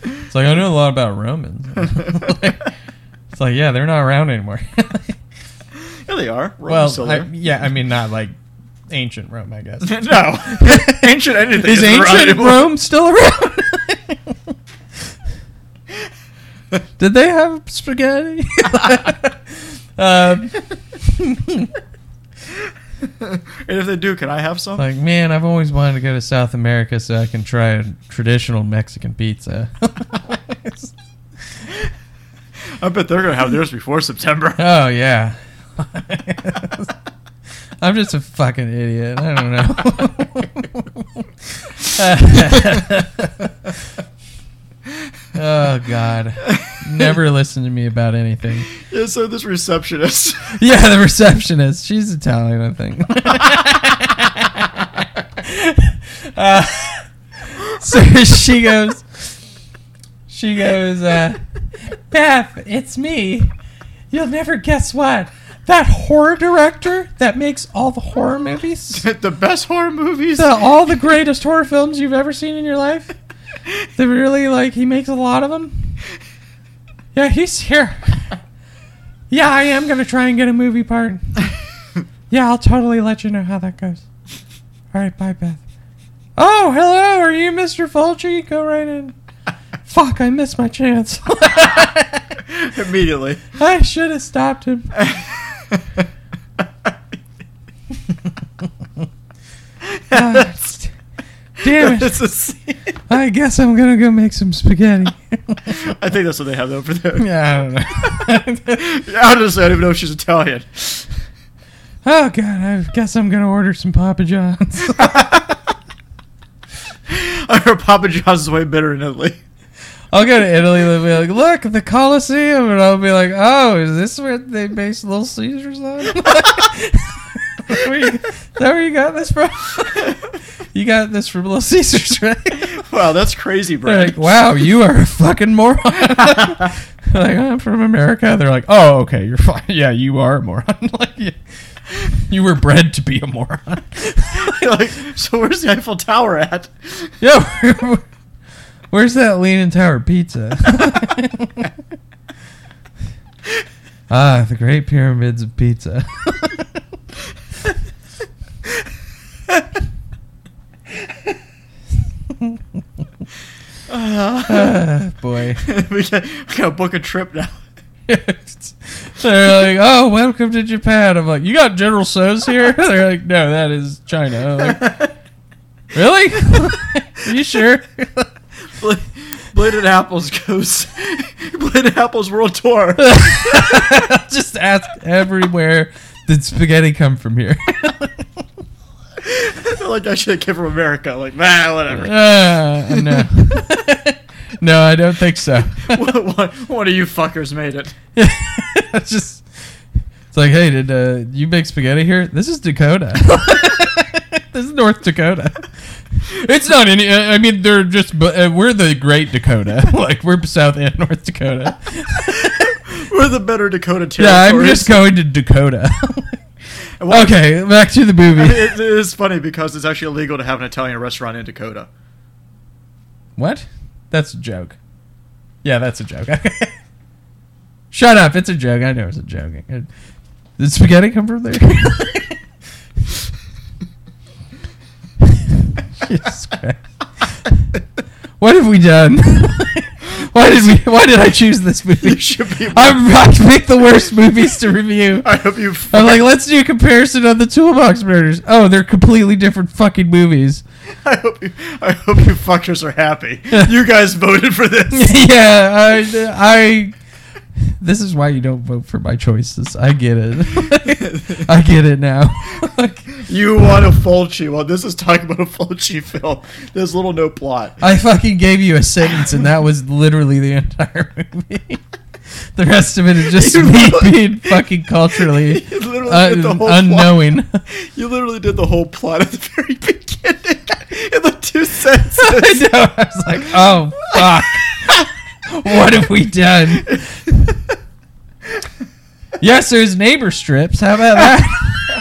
B: it's like I know a lot about Romans. (laughs) it's like yeah, they're not around anymore. (laughs)
A: yeah, they are. Rome's still
B: well, I,
A: there.
B: yeah, I mean not like ancient Rome, I guess.
A: (laughs) no. (laughs) ancient anything.
B: Is
A: isn't right.
B: ancient Rome still around? Did they have spaghetti? (laughs) um,
A: (laughs) And if they do, can I have some?
B: Like, man, I've always wanted to go to South America so I can try a traditional Mexican pizza. (laughs)
A: I bet they're going to have theirs before September.
B: oh, (laughs) yeah. I'm just a fucking idiot. I don't know.
A: (laughs)
B: oh, (laughs) God. Never listen to me about anything.
A: Yeah, so this receptionist.
B: Yeah, the receptionist. She's Italian, I think. Uh, so she goes. She goes, uh, Beth, it's me. You'll never guess what. That horror director that makes all the horror movies,
A: (laughs) the best horror movies.
B: (laughs) the, all the greatest horror films you've ever seen in your life. They really like he makes a lot of them. Yeah, he's here. (laughs) Yeah, I am gonna try and get a movie (laughs) part. Yeah, I'll totally let you know how that goes. All right, bye, Beth. Oh, hello. Are you Mr. Fulci? Go right (laughs) in. Fuck, I missed my chance.
A: (laughs)
B: (laughs)
A: Immediately.
B: I should have stopped him. Ah,
A: (laughs)
B: st- damn it.
A: That's a scene.
B: I guess I'm gonna go make some spaghetti.
A: I think that's what they have over there.
B: (laughs) yeah, I don't know. (laughs)
A: Honestly, (laughs) I don't even know if she's Italian. (laughs)
B: oh god, I guess I'm gonna order some Papa John's. (laughs)
A: Her Papa John's is way better in Italy.
B: I'll go to Italy and they'll be like, "Look, the Colosseum," and I'll be like, "Oh, is this where they based Little Caesars on?" (laughs) where you, is that where you got this from? (laughs) you got this from Little Caesars, right?
A: (laughs) Wow, that's crazy,
B: They're
A: Brad.
B: like, "Wow, you are a fucking moron." (laughs) like I'm from America. They're like, "Oh, okay, you're fine. (laughs) Yeah, you are a moron. (laughs) like, you, you were bred to be a moron."
A: (laughs)
B: (laughs)
A: like, so where's the Eiffel Tower at?
B: Yeah. (laughs) where- where- Where's that Leaning
A: (laughs)
B: Tower pizza?
A: (laughs)
B: (laughs) ah, the Great Pyramids of Pizza. (laughs) Ah, (laughs) boy.
A: (laughs) we got to book a trip now.
B: They're like, oh, welcome to Japan. I'm like, you got General So's here? (laughs) They're like, no, that is China. I'm like, (laughs) really?
A: (laughs)
B: (laughs) you sure? (laughs)
A: Bla- Bladed Apples goes. (laughs) Bladed Apples World
B: (laughs)
A: Tour.
B: Just ask everywhere did spaghetti come from here? (laughs)
A: like, actually, it came from America. Like, nah, whatever.
B: (laughs) Uh, no. no, I don't think so. (laughs)
A: one, one, one of (laughs) you fuckers made it.
B: it's just it's like, hey, did uh, you make spaghetti here? This is Dakota. this is North Dakota. It's not any. uh, I I mean, they're just. But uh, we're the Great Dakota. (laughs) like we're South and North Dakota.
A: We're the better Dakota territory.
B: yeah, I'm just going to Dakota. okay, back to the movie. (laughs)
A: It, it is funny because it's actually illegal to have an Italian restaurant in Dakota.
B: What? That's a joke. Yeah, that's a joke. (laughs) Shut up. It's a joke. I know it's a joke. Did spaghetti come from there? (laughs) Jesus Christ. What have we done? (laughs) why did we? Why did I choose this movie?
A: It should be.
B: I'm, I pick the worst movies to review.
A: (laughs) I hope you.
B: I'm
A: (laughs)
B: like, let's do a comparison of the Toolbox Murders. Oh, they're completely different fucking movies.
A: I hope you. I hope you fuckers are happy. You guys voted for this.
B: (laughs) yeah, I, I. This is why you don't vote for my choices. I get it. (laughs) I get it now. Like,
A: You want a Fulci? Well, this is talking about a Fulci film. There's little no plot.
B: I fucking gave you a sentence, and that was literally the entire movie. (laughs) the rest of it is
A: (laughs)
B: just
A: You
B: me
A: really-
B: being fucking
A: (laughs)
B: culturally
A: You literally did the
B: un-
A: whole
B: unknowing. (laughs)
A: plot. You literally did the whole plot at the very (laughs) beginning in the two
B: (laughs) I
A: sentences.
B: know. I was like, oh
A: (laughs)
B: fuck, what have we done? Yes, there's neighbor strips. How about that?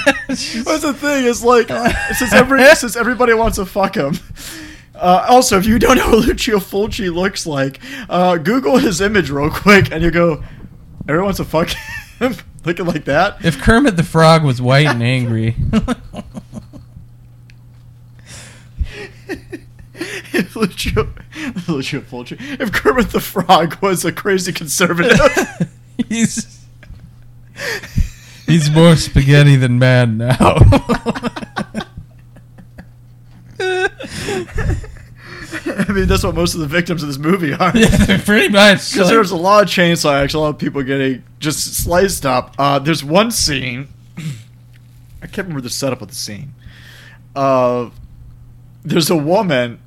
A: (laughs) That's the thing. Is like since every since everybody wants to fuck him. Uh, also, if you don't know who Lucio Fulci looks like, uh, Google his image real quick, and you go, "Everyone wants to fuck him." (laughs) Looking like that.
B: (laughs) If Kermit the Frog was white and angry, (laughs)
A: If (laughs) Lucio, Lucio Fulci. If Kermit the Frog was a crazy
B: (laughs)
A: conservative, (laughs)
B: he's he's more spaghetti than mad now. (laughs)
A: I mean that's what most of the victims of this movie are.
B: Pretty much.
A: Because
B: like-
A: there's a lot of chainsaw action, a lot of people getting just sliced up. Uh, there's one scene. (clears throat) I can't remember the setup of the scene. Uh, there's a woman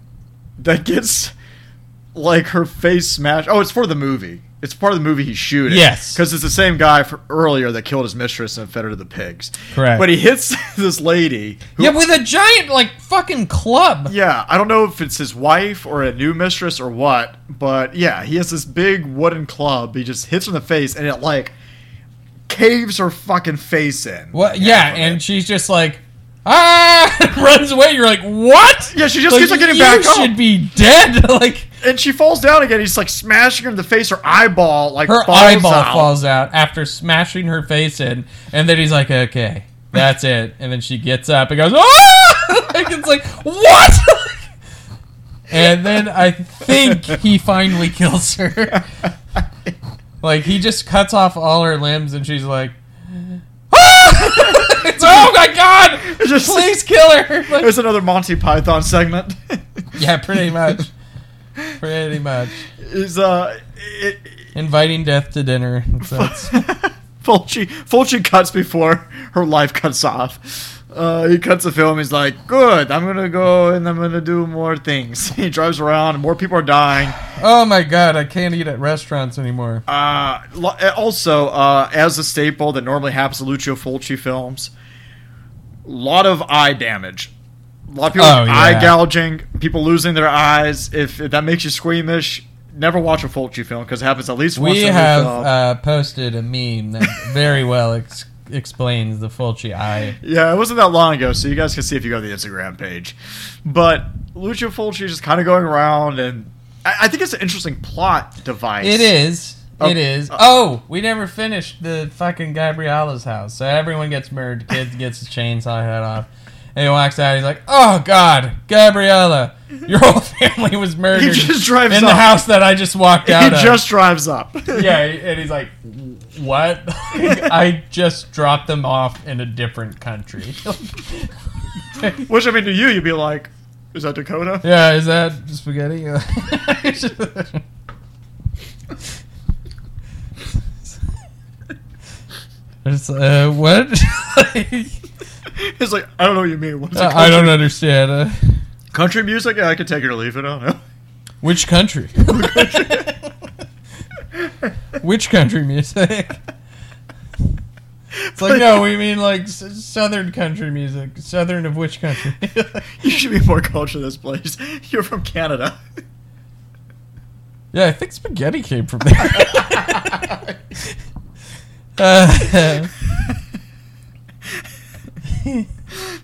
A: that gets like her face smashed. Oh, it's for the movie. It's part of the movie he's shooting.
B: Yes.
A: because it's the same guy for earlier that killed his mistress and fed her to the pigs.
B: Correct.
A: But he hits (laughs) this lady. who-
B: yeah, with a giant like fucking club.
A: yeah, I don't know if it's his wife or a new mistress or what, but yeah, he has this big wooden club. He just hits her in the face, and it like caves her fucking face in.
B: What? Yeah,
A: okay.
B: and she's just like, ah, (laughs) runs away. You're like, what?
A: Yeah, she just keeps on getting
B: you
A: back up.
B: should be dead. (laughs) like
A: And she falls down again. He's like smashing her in the face. Her eyeball like
B: her
A: falls
B: eyeball
A: out.
B: falls out after smashing her face in, and then he's like, okay, that's it. And then she gets up and goes, ah! (laughs) like, it's like, what? (laughs) and then I think he finally kills her. (laughs) like he just cuts off all her limbs, and she's like. "Ah!" (laughs) It's, oh my god!
A: (laughs) It's just-
B: Please kill her! (laughs) Like-
A: There's another Monty Python segment. (laughs)
B: Yeah, pretty much. pretty much.
A: Is uh, it,
B: Inviting death to dinner. That's, that's-
A: (laughs) Fulci Fulci cuts before her life cuts off. Uh, he cuts the film. He's like, "Good, I'm gonna go and I'm gonna do more things." (laughs) He drives around, and more people are dying.
B: oh my god, I can't eat at restaurants anymore.
A: Uh, lo- also, uh, as a staple that normally happens to Lucio Fulci films, a lot of eye damage. A lot of people
B: Oh,
A: eye
B: yeah.
A: gouging, people losing their eyes. If, if that makes you squeamish, never watch a Fulci film because it happens at least once.
B: We
A: every
B: have
A: film.
B: uh, posted a meme that very well ex- explains the Fulci eye.
A: Yeah, it wasn't that long ago, so you guys can see if you go to the Instagram page. But Lucio Fulci is just kind of going around, and I, I think it's an interesting plot device.
B: It is.
A: Oh,
B: It is.
A: uh,
B: oh, we never finished the fucking Gabriella's house. So everyone gets murdered. Kid gets his chainsaw head off. And he walks out. He's like, "Oh God, Gabriella, your whole (laughs) family was murdered."
A: just drives
B: in the
A: off.
B: house that I just walked
A: He
B: out of.
A: just drives up. (laughs)
B: yeah, and he's like, "What? (laughs) I just dropped them off in a different country." (laughs)
A: Which, I mean, to you, you'd be like, is that Dakota? (laughs)
B: yeah, is that spaghetti? (laughs) It's, uh, what? (laughs)
A: It's like, I don't know what you mean. What is it
B: Uh, I don't understand. Uh,
A: Country music? Yeah, I could take it or leave it. I don't know.
B: which country?
A: (laughs)
B: which country music? (laughs) It's like no, we mean like s- southern country music. Southern of which country?
A: (laughs) You should be more cultured this place. (laughs) You're from Canada. (laughs)
B: Yeah, I think spaghetti came from there. (laughs) uh,
A: (laughs)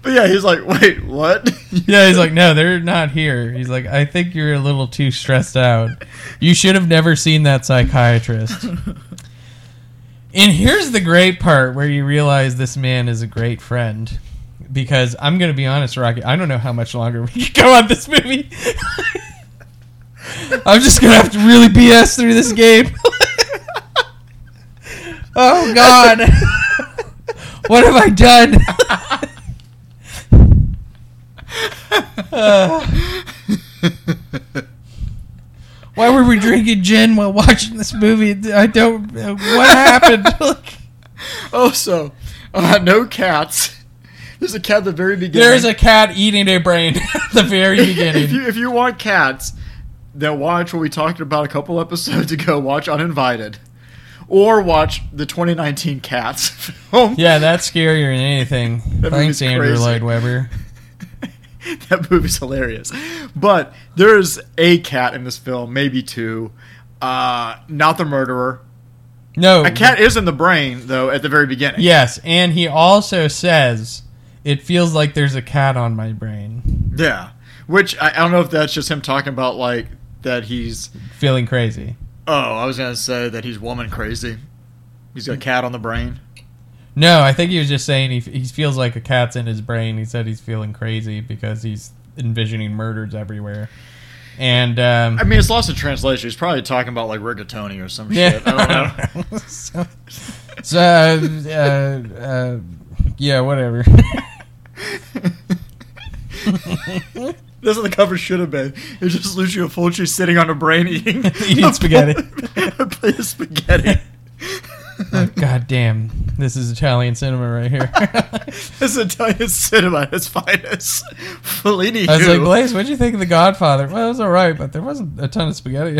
A: But yeah, he's like, wait, what? (laughs)
B: (laughs) yeah, he's like, no, they're not here. He's like, I think you're a little too stressed out. You should have never seen that (laughs) psychiatrist. And here's the great part where you realize this man is a great friend. Because I'm going to be honest, Rocky, I don't know how much longer we (laughs) can go on this movie. (laughs) I'm just going to have to really BS through this game. (laughs) oh, God. (laughs) what have I done? (laughs) (laughs) Uh, why were we drinking gin while watching this movie? I don't. What (laughs) happened?
A: Also, Oh, uh, no cats. There's a cat at the very
B: (laughs)
A: beginning.
B: There's a cat eating a brain (laughs) at the
A: (laughs)
B: very
A: If
B: beginning.
A: you, if you want cats, then watch what we talked about a couple episodes (laughs) ago. Watch Uninvited, or watch the 2019 Cats (laughs) film.
B: Yeah, that's scarier than anything.
A: That movie's
B: Thanks, Andrew
A: crazy.
B: Lloyd Webber.
A: that movie's hilarious. But there is a cat in this film, maybe two. Uh, not the murderer.
B: No,
A: A cat is in the brain though at the very beginning.
B: Yes, and he also says it feels like there's a cat on my brain,
A: Yeah. Which I, I don't know if that's just him talking about like that he's.
B: feeling crazy.
A: Oh, I was gonna say that he's woman crazy. He's got a cat on the brain.
B: No, I think he was just saying he, he feels like a cat's in his brain. He said he's feeling crazy because he's envisioning murders everywhere. And um,
A: I mean, it's lost in translation. He's probably talking about like rigatoni or some
B: yeah,
A: shit. I don't know.
B: so, (laughs)
A: (laughs)
B: so, uh, uh, yeah, whatever.
A: (laughs) This is what the cover should have been. It's just Lucio Fulci sitting on a brain eating,
B: (laughs) Eating spaghetti.
A: (laughs) a plate of
B: (laughs)
A: spaghetti. (laughs)
B: God damn, Oh, this is Italian cinema right here.
A: this is Italian cinema at its finest.
B: (laughs)
A: Fellini.
B: I was
A: you.
B: like, Blaze, what'd you think of The Godfather? Well, it was all right, but there wasn't a ton of
A: (laughs)
B: spaghetti.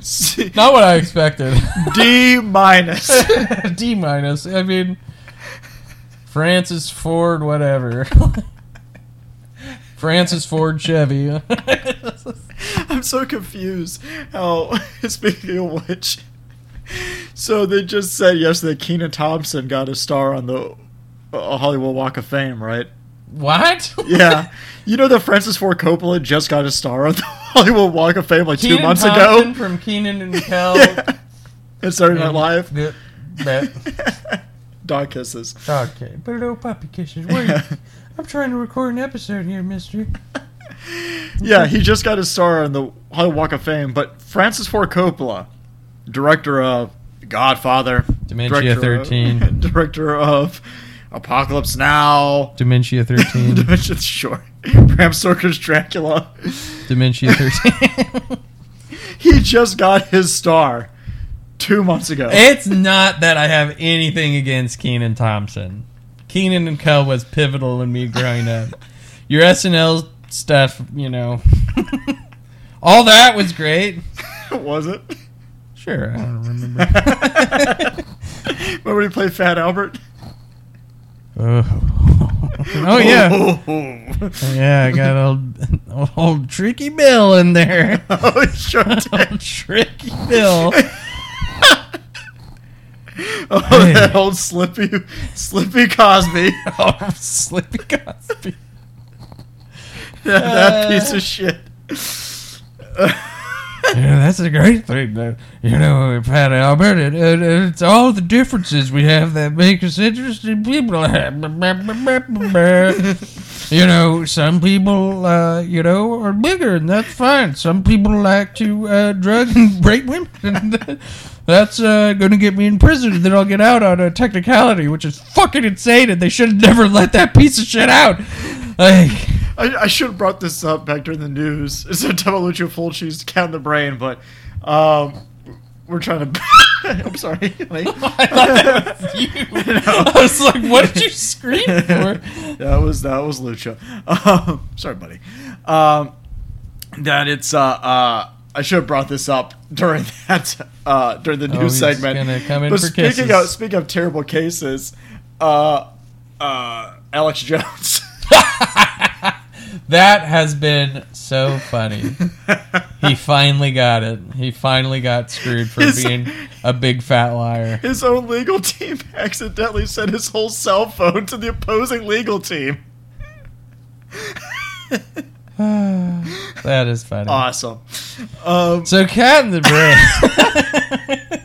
A: C-
B: (laughs) Not what I expected.
A: D
B: (laughs)
A: minus.
B: D minus. I mean, Francis Ford, (laughs) whatever. Francis Ford Chevy. (laughs)
A: I'm so confused. How (laughs) speaking of which, so they just said yesterday Keena Thompson got a star on the uh, Hollywood Walk of Fame, right?
B: what? (laughs)
A: Yeah, you know that Francis Ford Coppola just got a star on the (laughs) Hollywood Walk of Fame like
B: Kenan
A: two months (laughs)
B: Thompson
A: ago.
B: from Keenan and Kel.
A: Yeah. It started my life.
B: The- that
A: (laughs) Dog kisses.
B: okay, but little puppy kisses. Wait, I'm trying to record an episode here, Mister.
A: Yeah, he just got his star on the Hollywood Walk of Fame, but Francis Ford Coppola, director of Godfather,
B: Dementia
A: director of- (laughs)
B: 13.
A: director of Apocalypse Now, (laughs)
B: Dementia thirteen.
A: Dementia Short, Bram Stoker's Dracula.
B: Dementia thirteen. (laughs)
A: He just got his star two months ago.
B: It's not that I have anything against Keenan Thompson. Keenan and Co was pivotal in me growing up. Your SNL stuff, you (laughs) know, all that was great.
A: (laughs) Was it?
B: Sure, I don't remember.
A: (laughs) Remember when he played Fat Albert?
B: (laughs) Oh, Oh, yeah, (laughs)
A: Oh,
B: yeah. I got old old Tricky Bill in (laughs) there.
A: (laughs) oh he sure did.
B: Old Tricky (laughs) Bill.
A: (laughs) Oh, that old Slippy, Slippy Cosby.
B: (laughs) Oh, Slippy Cosby.
A: that, (laughs)
B: Uh.
A: that piece of shit. (laughs)
B: Yeah, that's a great thing, though. You know, Pat Albert, it, it, it's all the differences we have that make us interesting people. (laughs) you know, some people, uh, you know, are bigger, and that's fine. Some people like to uh, drug and rape women. (laughs) and that's uh, going to get me in prison, and then I'll get out on a technicality, which is fucking insane, and they should have never let that piece of shit out. Like.
A: I, I should have brought this up back during the news. (laughs) It's a double Lucio full cheese to count the brain, but um, we're trying to. (laughs) I'm sorry.
B: (laughs)
A: Like, (laughs)
B: you. I was like, what did you scream for?
A: (laughs)
B: (laughs)
A: that was that was Lucha. Um, sorry, buddy. Um, that it's uh, uh, I should have brought this up during (laughs) that uh, during the
B: Oh,
A: news
B: he's
A: segment.
B: gonna come in
A: but
B: for
A: speaking
B: kisses.
A: of speaking of terrible cases, uh, uh, Alex Jones. (laughs)
B: That has been so funny. He finally got it. He finally got screwed for
A: He's-
B: being a big fat liar. (sighs)
A: His own legal team (laughs) accidentally sent his whole cell phone to the opposing legal team. (laughs)
B: That is funny.
A: Awesome. Um,
B: So, Cat in the Brain.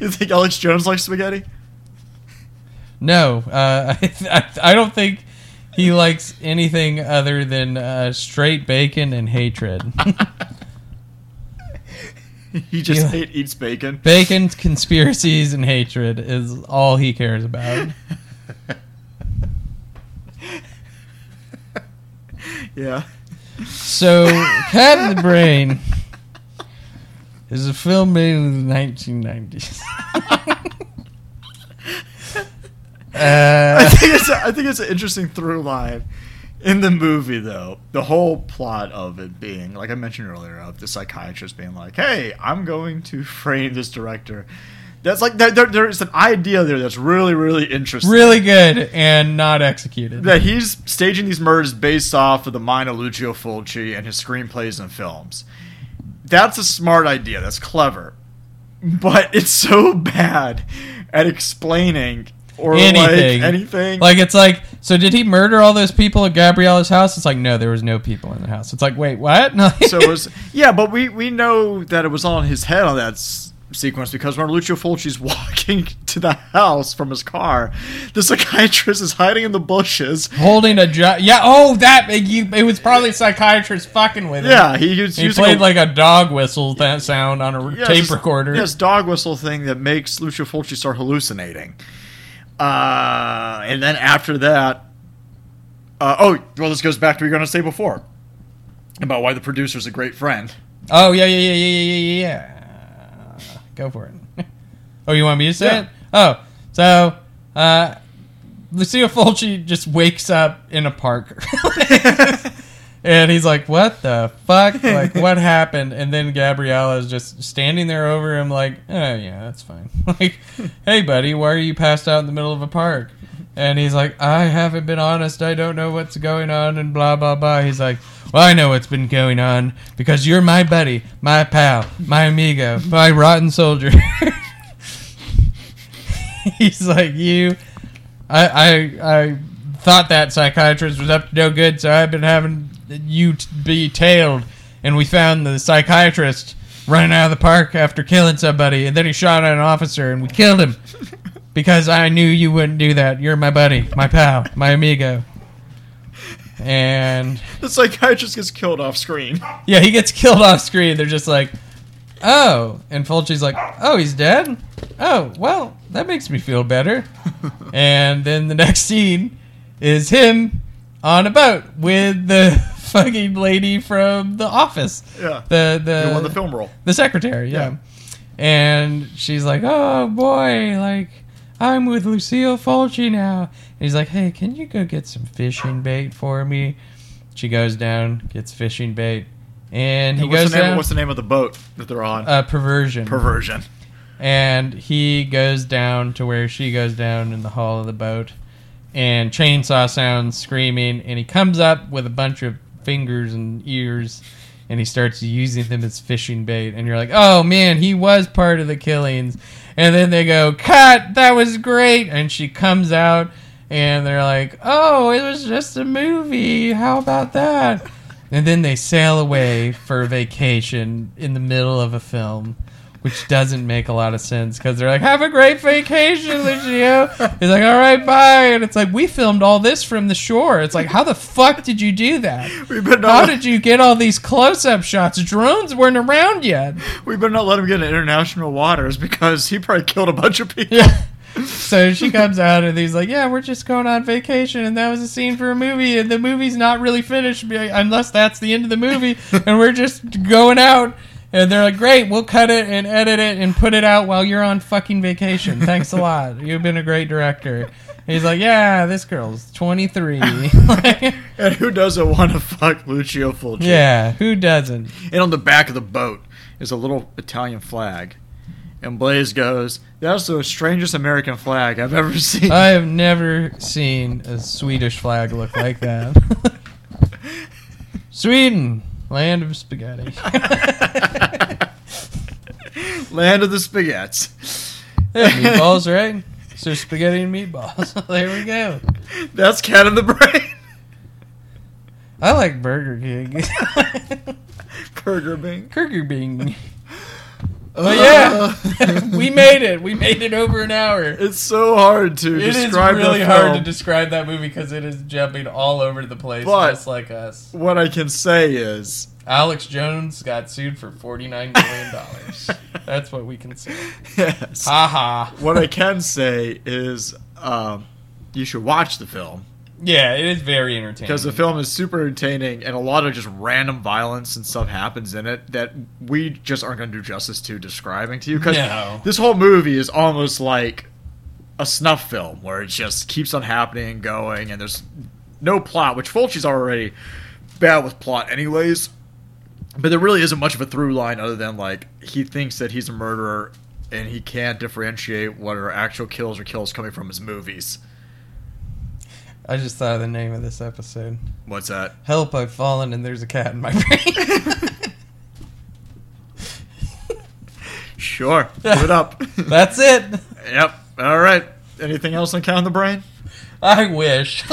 A: you think Alex Jones likes spaghetti?
B: (laughs) no, uh, (laughs) I, I, I don't think he likes anything other than uh, straight bacon and hatred. (laughs)
A: (laughs) He just
B: Yeah.
A: hate eats bacon.
B: bacon, conspiracies, and hatred is all he cares about.
A: (laughs) Yeah.
B: So, Cat in the Brain is a film made in the 1990s.
A: I
B: (laughs) uh,
A: think it's a, I think it's an interesting through line in the movie though. The whole plot of it being, like I mentioned earlier, of the psychiatrist being like, "Hey, I'm going to (laughs) frame this director." That's like there, there, there's an idea there that's really really interesting.
B: really good and not executed.
A: that he's staging these murders based off of the mind of Lucio Fulci and his screenplays and films. That's a smart idea. That's clever, but it's so bad at explaining or
B: Anything.
A: like anything.
B: Like, it's like, so did he murder all those people at Gabriella's house? It's like, no, there was no people in the house. It's like, wait, what? (laughs) No.
A: so it was (laughs) yeah, but we we know that it was on his head on that s- sequence because when Lucio Fulci's (laughs) walking to the house from his car, the psychiatrist is hiding in the
B: (laughs)
A: bushes.
B: Holding a jo- yeah oh that you it was probably a psychiatrist fucking with him
A: Yeah, he, was
B: he
A: using
B: played
A: a-
B: like a dog whistle that sound on a
A: Yeah,
B: tape
A: it's-
B: recorder
A: yeah, It's dog whistle thing that makes Lucio Fulci start hallucinating. Uh, and then after that, uh, oh, well, this goes back to what you're going to say before about why the producer's a great friend.
B: Oh yeah yeah yeah yeah yeah yeah. yeah. Go for it. (laughs) oh, you want me to say
A: Yeah.
B: it? Oh, so (laughs) uh, Lucia Fulci just wakes up in a park. And he's like, "What the fuck? Like, what happened?" And then Gabriella is just standing there over him, like, "Oh yeah, that's fine." (laughs) Like, "Hey, buddy, why are you passed out in the middle of a park?" And he's like, "I haven't been honest. I don't know what's going on." And blah blah blah. He's like, "Well, I know what's been going on because you're my buddy, my pal, my amigo, my rotten soldier." (laughs) he's like, "You I, I I thought that psychiatrist was up to no good, so I've been having you t- be tailed. And we found the psychiatrist running out of the park after killing somebody, and then he shot at an officer, and we killed him because I knew you wouldn't do that. You're my buddy, my pal, my amigo. And
A: The (laughs) psychiatrist gets killed off screen.
B: yeah, he gets killed off screen. They're just like, oh. And Fulci's like, oh, he's dead? Oh, well, that makes me feel better. and then the next scene is him on a boat with the (laughs) fucking lady from the office.
A: Yeah.
B: The, the,
A: He won the film role.
B: the secretary, yeah.
A: Yeah.
B: And she's like, "Oh boy, like I'm with Lucille Fulci now." And he's like, "Hey, can you go get some fishing bait for me?" She goes down, gets fishing bait, and he
A: what's,
B: goes
A: the name,
B: down.
A: what's the name of the boat that they're on?
B: uh, perversion,
A: Perversion.
B: and he goes down to where she goes down in the hull of the boat, and chainsaw sounds screaming, and he comes up with a bunch of fingers and ears, and he starts using them as fishing bait, and you're like, oh man, he was part of the killings, and then they go, cut, that was great, and she comes out, and they're like, oh, it was just a movie, how about that? And then they sail away for vacation in the middle of a film, which doesn't make a lot of sense because they're like, "Have a great vacation, Lucio." He's like, "All right, bye." And it's like, "We filmed all this from the shore." It's like, "How the fuck did you do that?
A: We better not
B: How
A: let-
B: did you get all these close-up shots? Drones weren't around yet."
A: We better not let him get into international waters because he probably killed a bunch of people.
B: Yeah. So she comes out and he's like, "Yeah, we're just going on vacation, and that was a scene for a movie, and the movie's not really finished be- unless that's the end of the movie, and we're just going out." And they're like, "Great, we'll cut it and edit it and put it out while you're on fucking vacation. Thanks a lot. You've been a great director." He's like, "Yeah, this girl's (laughs) 23."
A: (laughs) And who doesn't want to fuck Lucio Fulci?
B: yeah, who doesn't?
A: And on the back of the boat is a little Italian flag. And Blaze goes, That's the strangest American flag I've ever (laughs) seen.
B: I have never seen a Swedish flag look like that. (laughs) Sweden, land of spaghetti.
A: Land of the Spaghettis.
B: Yeah, meatballs, right? So spaghetti and meatballs. (laughs) there we go.
A: That's Cat in the Brain. (laughs)
B: I like Burger King. (laughs)
A: Burger Bing.
B: Burger Bing. But yeah, (laughs) we made it. We made it over an hour.
A: It's so hard to
B: It is
A: describe
B: really
A: that
B: hard to
A: film.
B: describe that movie because it is jumping all over the place,
A: But-
B: just like us.
A: what I can say is (laughs)
B: Alex Jones got sued for
A: (laughs)
B: $49 million. That's what we can say.
A: yes.
B: Ha ha.
A: what I can say is um, you should watch the film
B: Yeah, it is very entertaining.
A: because the film is super entertaining and a lot of just random violence and stuff happens in it that we just aren't going to do justice to describing to you because
B: No.
A: this whole movie is almost like a snuff film where it just keeps on happening and going and there's no plot which Fulci's already bad with plot anyways but there really isn't much of a through line other than like he thinks that he's a murderer and he can't differentiate what are actual kills or kills coming from his movies
B: I just thought of the name of this episode.
A: what's that
B: Help, I've fallen and there's a cat in my brain.
A: sure give it up
B: That's it.
A: Yep. All right. Anything else on Count in the Brain? (laughs)
B: I wish.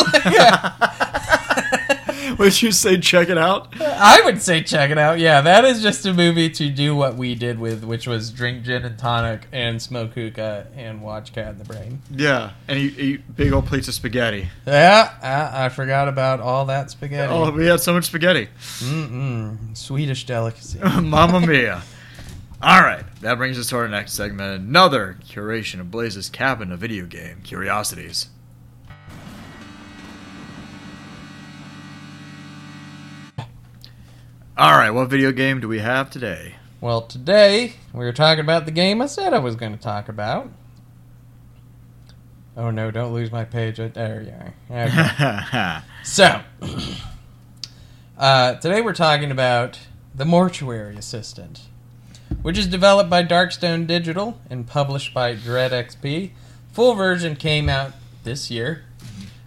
B: (laughs)
A: Would you say check it out?
B: I would say check it out. Yeah, that is just a movie to do what we did with, which was drink gin and tonic and smoke hookah and watch Cat in the Brain.
A: Yeah. And you eat big old plates of spaghetti.
B: Yeah, I, I forgot about all that spaghetti.
A: Oh, we had so much spaghetti. (laughs)
B: Mm-mm. Swedish delicacy.
A: Mamma mia. All right. That brings us to our next segment another curation of Blaze's cabin of video game curiosities. All right. What video game do we have (laughs) today?
B: Well, today we were talking about the game I said I was going to talk about. Oh no! Don't lose my page. There you are. Okay. So, (clears throat) Uh, today we're talking about The Mortuary Assistant, which is developed by Darkstone Digital and published by Dread XP. Full version came out this year.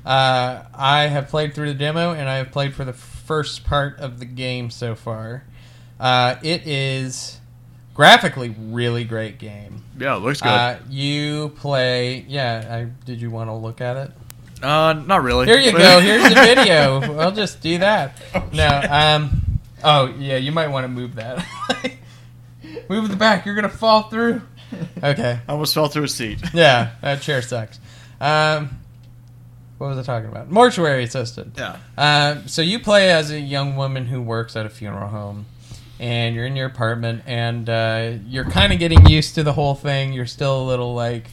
B: Uh, I have played through the demo and I have played for the first part of the game so far. Uh, it is graphically really great game.
E: Yeah, it looks good. Uh,
B: Uh, you play, yeah. I, did you want to look at it?
A: Uh,
E: not really.
B: Here you go.
A: (laughs)
B: Here's the video. I'll just do that. No. Um. Oh yeah, you might want to move that. (laughs) move the back. You're gonna fall through. Okay.
E: I almost fell through a
B: (laughs)
E: seat.
B: Yeah. That chair sucks. Um. What was I talking about? Mortuary assistant.
E: Yeah.
B: Um. So you play as a young woman who works at a funeral home, and you're in your apartment, and uh, you're kind of getting used to the whole thing. You're still a little like,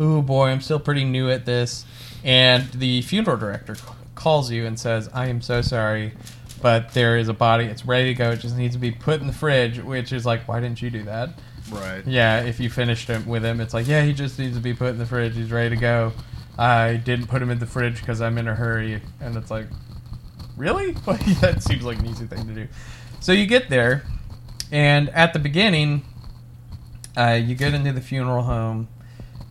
B: "Ooh boy, I'm still pretty new at this." And the funeral director c- calls you and says, "I am so sorry, but there is a body. It's ready to go. It just needs to be put in the fridge." Which is like, "Why didn't you do that?"
E: Right.
B: Yeah, if you finished him with him, it's like, yeah, he just needs to be put in the fridge. He's ready to go. I didn't put him in the fridge because I'm in a hurry, and it's like, really? (laughs) Like that seems like an easy thing to do. So you get there, and at the beginning, uh, you get into the funeral home.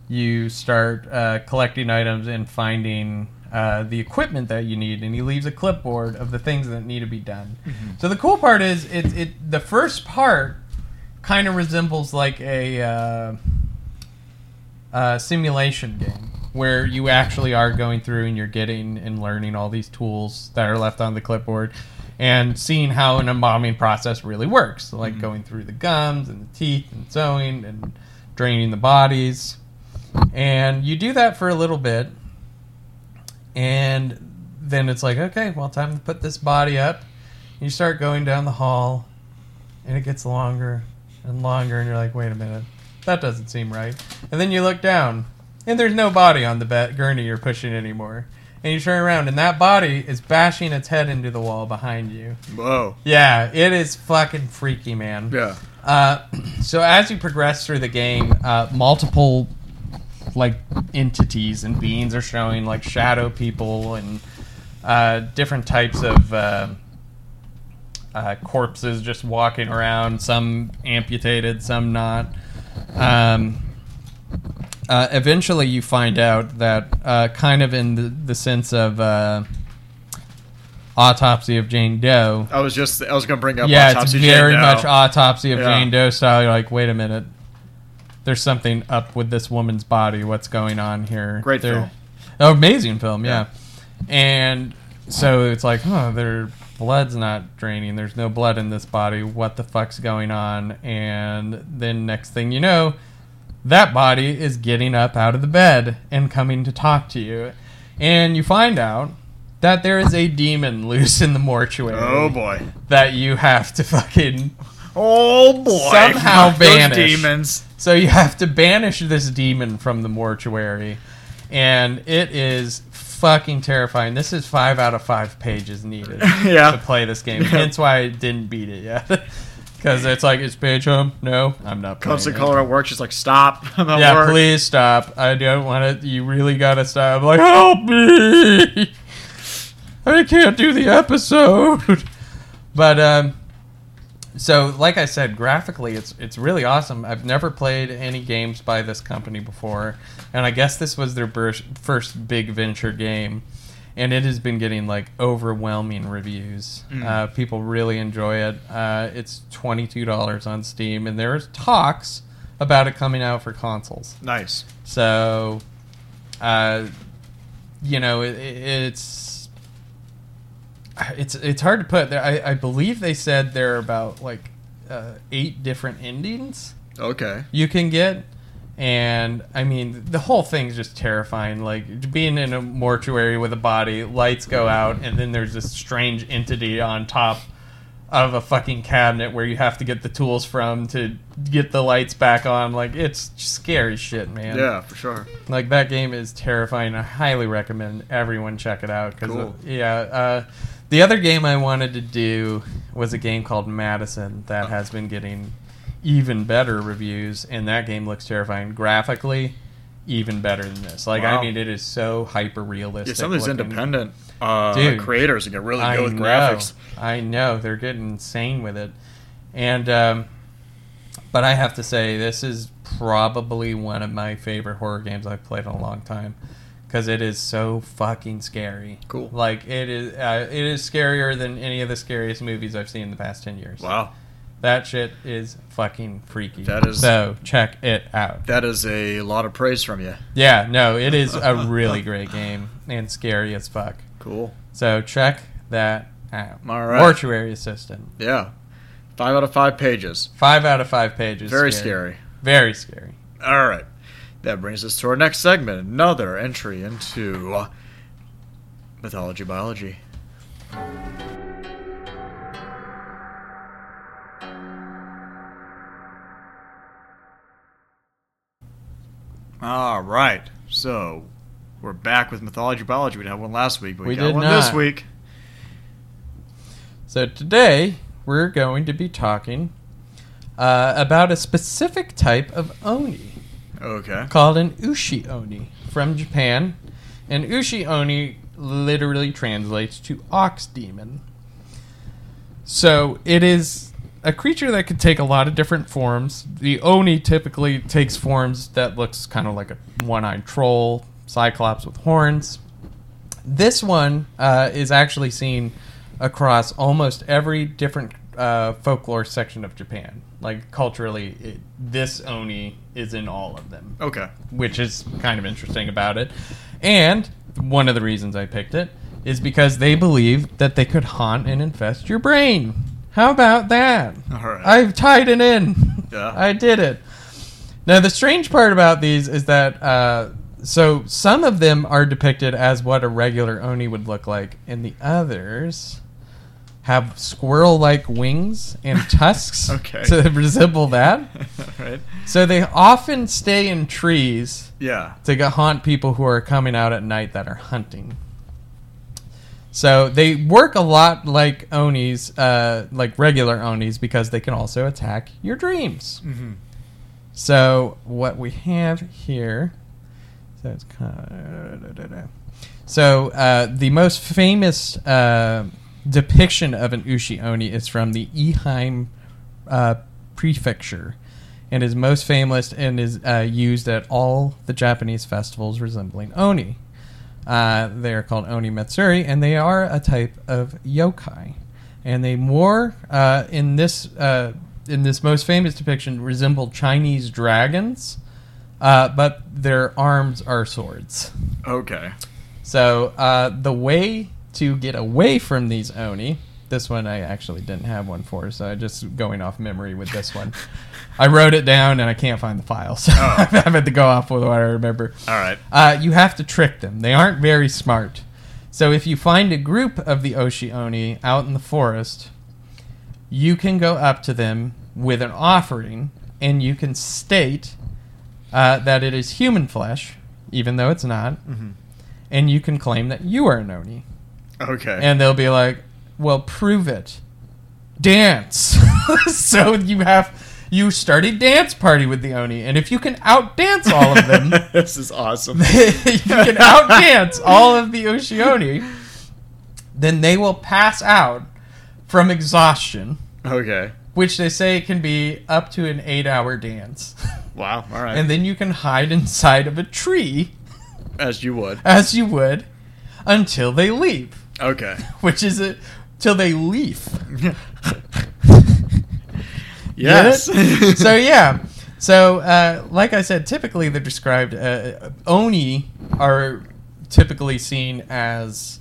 B: You start uh, collecting items and finding uh, the equipment that you need, and he leaves a clipboard of the things that need to be done. So the cool part is, it, it the first part kind of resembles like a uh, uh, simulation game where you actually are going through and you're getting and learning all these tools that are left on the clipboard and seeing how an embalming process really works So, like going through the gums and the teeth and sewing and draining the bodies and you do that for a little bit and then it's like okay well time to put this body up you start going down the hall and it gets longer and longer and you're like wait a minute that doesn't seem right and then you look down and there's no body on the bed gurney you're pushing anymore and you turn around and that body is bashing its head into the wall behind you
E: Whoa.
B: yeah it is fucking freaky man
E: Yeah.
B: uh, (clears throat) so as you progress through the game, uh, multiple like entities and beings are showing, like shadow people and uh, different types of uh, uh, corpses just walking around. Some amputated, some not. Um, uh, eventually, you find out that uh, kind of in the, the sense of uh, autopsy of Jane Doe
E: I was just I was gonna bring up
B: yeah,
E: autopsy
B: it's very
E: Jane now.
B: much autopsy of
E: Yeah.
B: Jane Doe style. You're like, wait a minute, there's something up with this woman's body. What's going on here?
E: Great
B: They're-
E: film.
B: Oh, amazing film, yeah. And so it's like, huh, their blood's not draining. There's no blood in this body. What the fuck's going on? And then next thing you know, that body is getting up out of the bed and coming to talk to you. And you find out that there is a demon (laughs) loose in the mortuary
E: Oh boy.
B: that you have to (laughs) fucking.
E: Oh boy.
B: Somehow
E: Those
B: vanish.
E: demons.
B: So you have to banish this demon from the mortuary, and it is fucking terrifying. This is five out of five pages needed to
E: (laughs) Yeah.
B: play this game. Hence why I didn't beat it yet, (laughs) because it's like it's page home. No, I'm not. Playing
E: Comes to
B: it.
E: color at work. She's like, stop. (laughs) I'm at
B: Yeah,
E: work.
B: please stop. I don't want to. You really gotta stop. like, help me! (laughs) I can't do the episode. (laughs) But um, so like I said, graphically, it's it's really awesome. I've never played any games by this company before, and I guess this was their bur- first big venture game. And it has been getting like overwhelming reviews. Uh, people really enjoy it. Uh, it's twenty two dollars on Steam, and there's talks about it coming out for consoles.
E: Nice.
B: So, uh, you know, it, it's it's it's hard to put. There, I, I believe they said there are about like uh, eight different endings
E: Okay.
B: you can get. And I mean, the whole thing's just terrifying. Like being in a mortuary with a body, lights go out, and then there's this strange entity on top of a fucking cabinet where you have to get the tools from to get the lights back on. Like it's scary shit, man.
E: Yeah, for sure.
B: Like that game is terrifying. I highly recommend everyone check it out. 'cause,
E: Cool.
B: uh, yeah. Uh, the other game I wanted to do was a game called Madison that has been getting even better reviews, and that game looks terrifying graphically. even better than this. Like,
E: Wow.
B: I mean, it is so hyper realistic.
E: Yeah, some of these independent uh,
B: Dude.
E: creators can get really
B: I
E: good with
B: know.
E: graphics.
B: I know they're getting insane with it, and um, but I have to say this is probably one of my favorite horror games I've played in a long time because it is so fucking scary.
E: Cool.
B: Like it is, uh, it is scarier than any of the scariest movies I've seen in the past ten years.
E: Wow,
B: That shit is fucking freaky.
E: That is-
B: so check it out.
E: that is a lot of praise from you.
B: Yeah, no, it is
E: (laughs)
B: a really great game and scary as fuck.
E: Cool.
B: So check that out.
E: All right.
B: Mortuary Assistant.
E: Yeah, five out of five pages.
B: Five out of five pages.
E: Very scary.
B: Very scary.
E: All right. That brings us to our next segment, another entry into uh, mythology biology. All right. So we're back with mythology biology. We had one last week, but we,
B: We
E: got
B: did
E: one this
B: not.
E: week.
B: So today we're going to be talking uh, about a specific type of oni
E: Okay.
B: called an ushi oni from Japan. And ushi oni literally translates to ox demon. So it is a creature that could take a lot of different forms. The Oni typically takes forms that looks kind of like a one-eyed troll, cyclops with horns. This one uh, is actually seen across almost every different uh, folklore section of Japan. Like culturally, it, this Oni is in all of them
E: Okay. (laughs)
B: which is kind of interesting about it. And one of the reasons I picked it is because they believe that they could haunt and infest your brain. How about that?
E: All right.
B: I've tied it in.
E: Yeah.
B: (laughs) I did it. Now, the strange part about these is that uh, so some of them are depicted as what a regular Oni would look like, and the others have squirrel like wings
E: (laughs)
B: and tusks
E: Okay.
B: to resemble that.
E: All right.
B: So they often stay in trees
E: Yeah.
B: to go haunt people who are coming out at night that are hunting. So they work a lot like onis, uh, like regular onis, because they can also attack your dreams. So what we have here, so it's kind of, so uh, the most famous uh, depiction of an ushi oni is from the Eheim uh, prefecture, and is most famous and is uh, used at all the Japanese festivals resembling oni. Uh, they are called Oni Matsuri, and they are a type of yokai. And they more uh, in this uh, in this most famous depiction resemble Chinese dragons, uh, but their arms are swords.
E: Okay.
B: So uh, the way to get away from these oni, this one I actually didn't have one for, so I just going off memory with this one. I wrote it down and I can't find the file, so (laughs) I've had to go off with what I remember.
E: All right.
B: Uh, you have to trick them. They aren't very smart. So if you find a group of the Oshi Oni out in the forest, you can go up to them with an offering and you can state uh, that it is human flesh, even though it's not, and you can claim that you are an Oni.
E: Okay.
B: And they'll be like, well, prove it. Dance. (laughs) so you have. You start a dance party with the Oni, and if you can outdance all
A: (laughs)
B: of them,
E: (laughs) this is awesome.
B: (laughs) you can outdance all of the Oshioni, then they will pass out from exhaustion,
E: Okay.
B: which they say can be up to an eight hour dance.
E: Wow. All right.
B: And then you can hide inside of a tree,
E: As you would.
B: as you would, until they leave,
A: (laughs)
E: Okay.
B: which is it, till they leave.
E: Yes.
B: (laughs)
A: (laughs)
B: so yeah so uh, like i said typically they're described uh, oni are typically seen as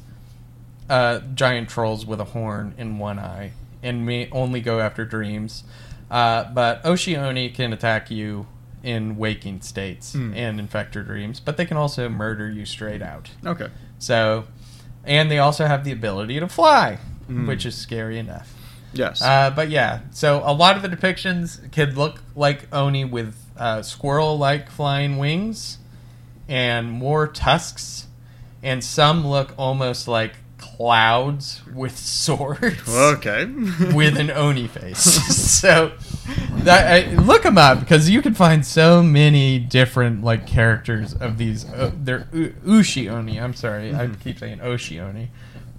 B: uh, giant trolls with a horn in one eye and may only go after dreams uh, but oshi oni can attack you in waking states and infect your dreams but they can also murder you straight out
E: okay.
B: so and they also have the ability to fly which is scary enough
E: Yes.
B: uh, but yeah, so a lot of the depictions could look like Oni with uh, squirrel-like flying wings and more tusks, and some look almost like clouds with (laughs) swords
E: okay.
B: with an Oni face. (laughs) so I, I, look them up because you can find so many different like characters of these. Uh, they're U- Ushioni. I'm sorry, I keep saying Oshioni,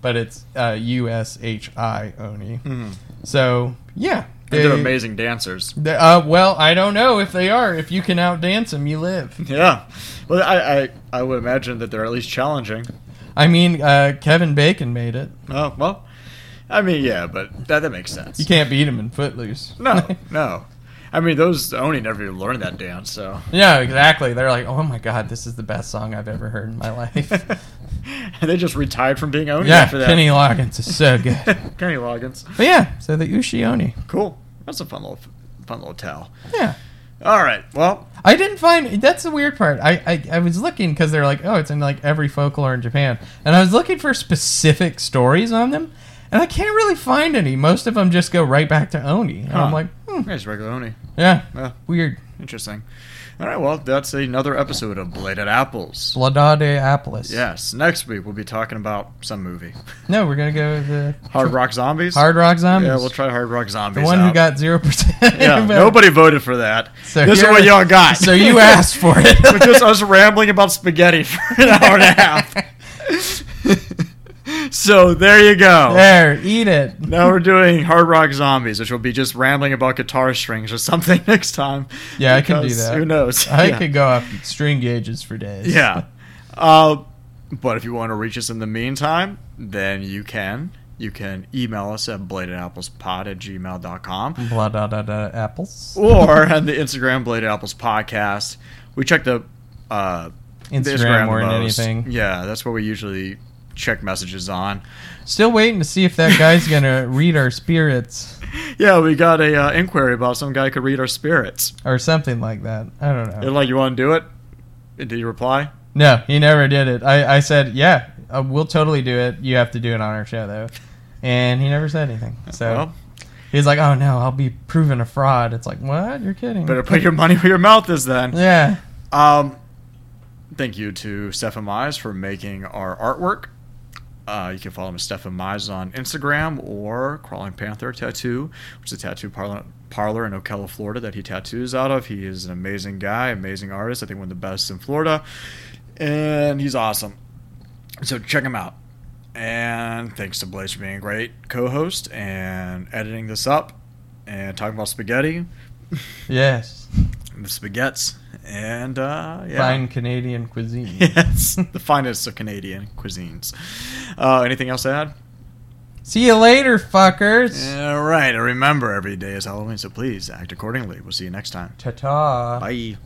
B: but it's uh, U S H I Oni.
A: Mm-hmm.
B: So yeah,
A: They're amazing dancers.
B: they- uh, well, I don't know if they are. If you can outdance them, you live.
A: Yeah. Well, I, I, I would imagine that they're at least challenging.
B: I mean, uh, Kevin Bacon made it.
A: Oh, well. I mean, yeah, but that, that makes sense.
B: You can't beat him in Footloose.
A: No, (laughs) no. I mean, those Oni never even learned that dance, so.
B: (laughs)
A: (laughs)
B: yeah, exactly. They're like, oh my god, this is the best song I've ever heard
A: (laughs)
B: in my life.
A: and they just retired from being Oni
B: yeah,
A: after that.
B: Kenny Loggins is so good.
A: (laughs) Kenny Loggins.
B: But yeah, so the Ushioni.
A: Cool. That's a fun little, fun little towel.
B: Yeah.
A: All right. Well,
B: I didn't find that's the weird part. I I, I was looking because they're like, oh, it's in like every folklore in Japan, and I was looking for specific stories on them, and I can't really find any. Most of them just go right back to Oni, and I'm
A: Huh.
B: like, hmm,
A: it's regular Oni.
B: yeah,
A: Yeah.
B: weird.
A: Interesting. All right. Well, that's another episode of Bladed Apples.
B: Bladade Apolis.
A: Yes. Next week we'll be talking about some movie.
B: No, we're gonna go with the
A: Hard Rock Zombies.
B: Hard Rock Zombies.
A: Yeah, we'll try Hard Rock Zombies.
B: the one
A: out.
B: who got zero percent. (laughs)
A: Yeah. Nobody voted for that.
B: So
A: this is
B: here-
A: what y'all got.
B: So you asked for
A: (laughs)
B: it.
A: We're just us rambling about spaghetti for an hour and a
B: (laughs)
A: half. so there you go.
B: there, eat it.
A: Now we're doing Hard Rock Zombies, which will be just rambling about guitar strings or something (laughs) next time.
B: Yeah, I can do
A: because
B: that.
A: Who knows?
B: I
A: yeah.
B: could go off string gauges for days.
A: (laughs) Yeah. Uh, but if you want to reach us in the meantime, then you can. You can email us at bladedapplespod at gmail.com
B: Blah da da da apples. (laughs)
A: or on the Instagram Bladed Apples Podcast. We check the uh, the
B: Instagram
A: the
B: more than
A: most.
B: anything.
A: Yeah, that's where we usually check messages on.
B: Still waiting to see if that guy's gonna read our spirits
A: Yeah, we got a uh, inquiry about some guy could read our spirits.
B: or something like that. I don't
A: They're
B: know.
A: like, you want to do it? And Did you reply?
B: No, he never did it. I, I said, yeah, uh, we'll totally do it. You have to do it on our show though, and he never said anything. So
A: Well,
B: he's like, oh no, I'll be proven a fraud. It's like, what? You're kidding?
A: better put
B: (laughs)
A: your money where your mouth is then.
B: yeah.
A: Um, thank you to Stefan Mize for making our artwork. Uh, you can follow him, Stefan Mize, on Instagram or Crawling Panther Tattoo, which is a tattoo parlor, parlor in Ocala, Florida, that he tattoos out of. He is an amazing guy, amazing artist. I think one of the best in Florida, and he's awesome. So check him out. And thanks to Blaze for being a great co-host and editing this up and talking about spaghetti,
B: Yes.
A: the spaghettis, and uh, yeah.
B: Fine Canadian cuisine.
A: Yes, (laughs) the finest of Canadian cuisines. Uh, anything else to add?
B: See you later, fuckers.
A: All right. Remember, every day is Halloween, so please act accordingly. We'll see you next time.
B: Ta ta.
A: Bye.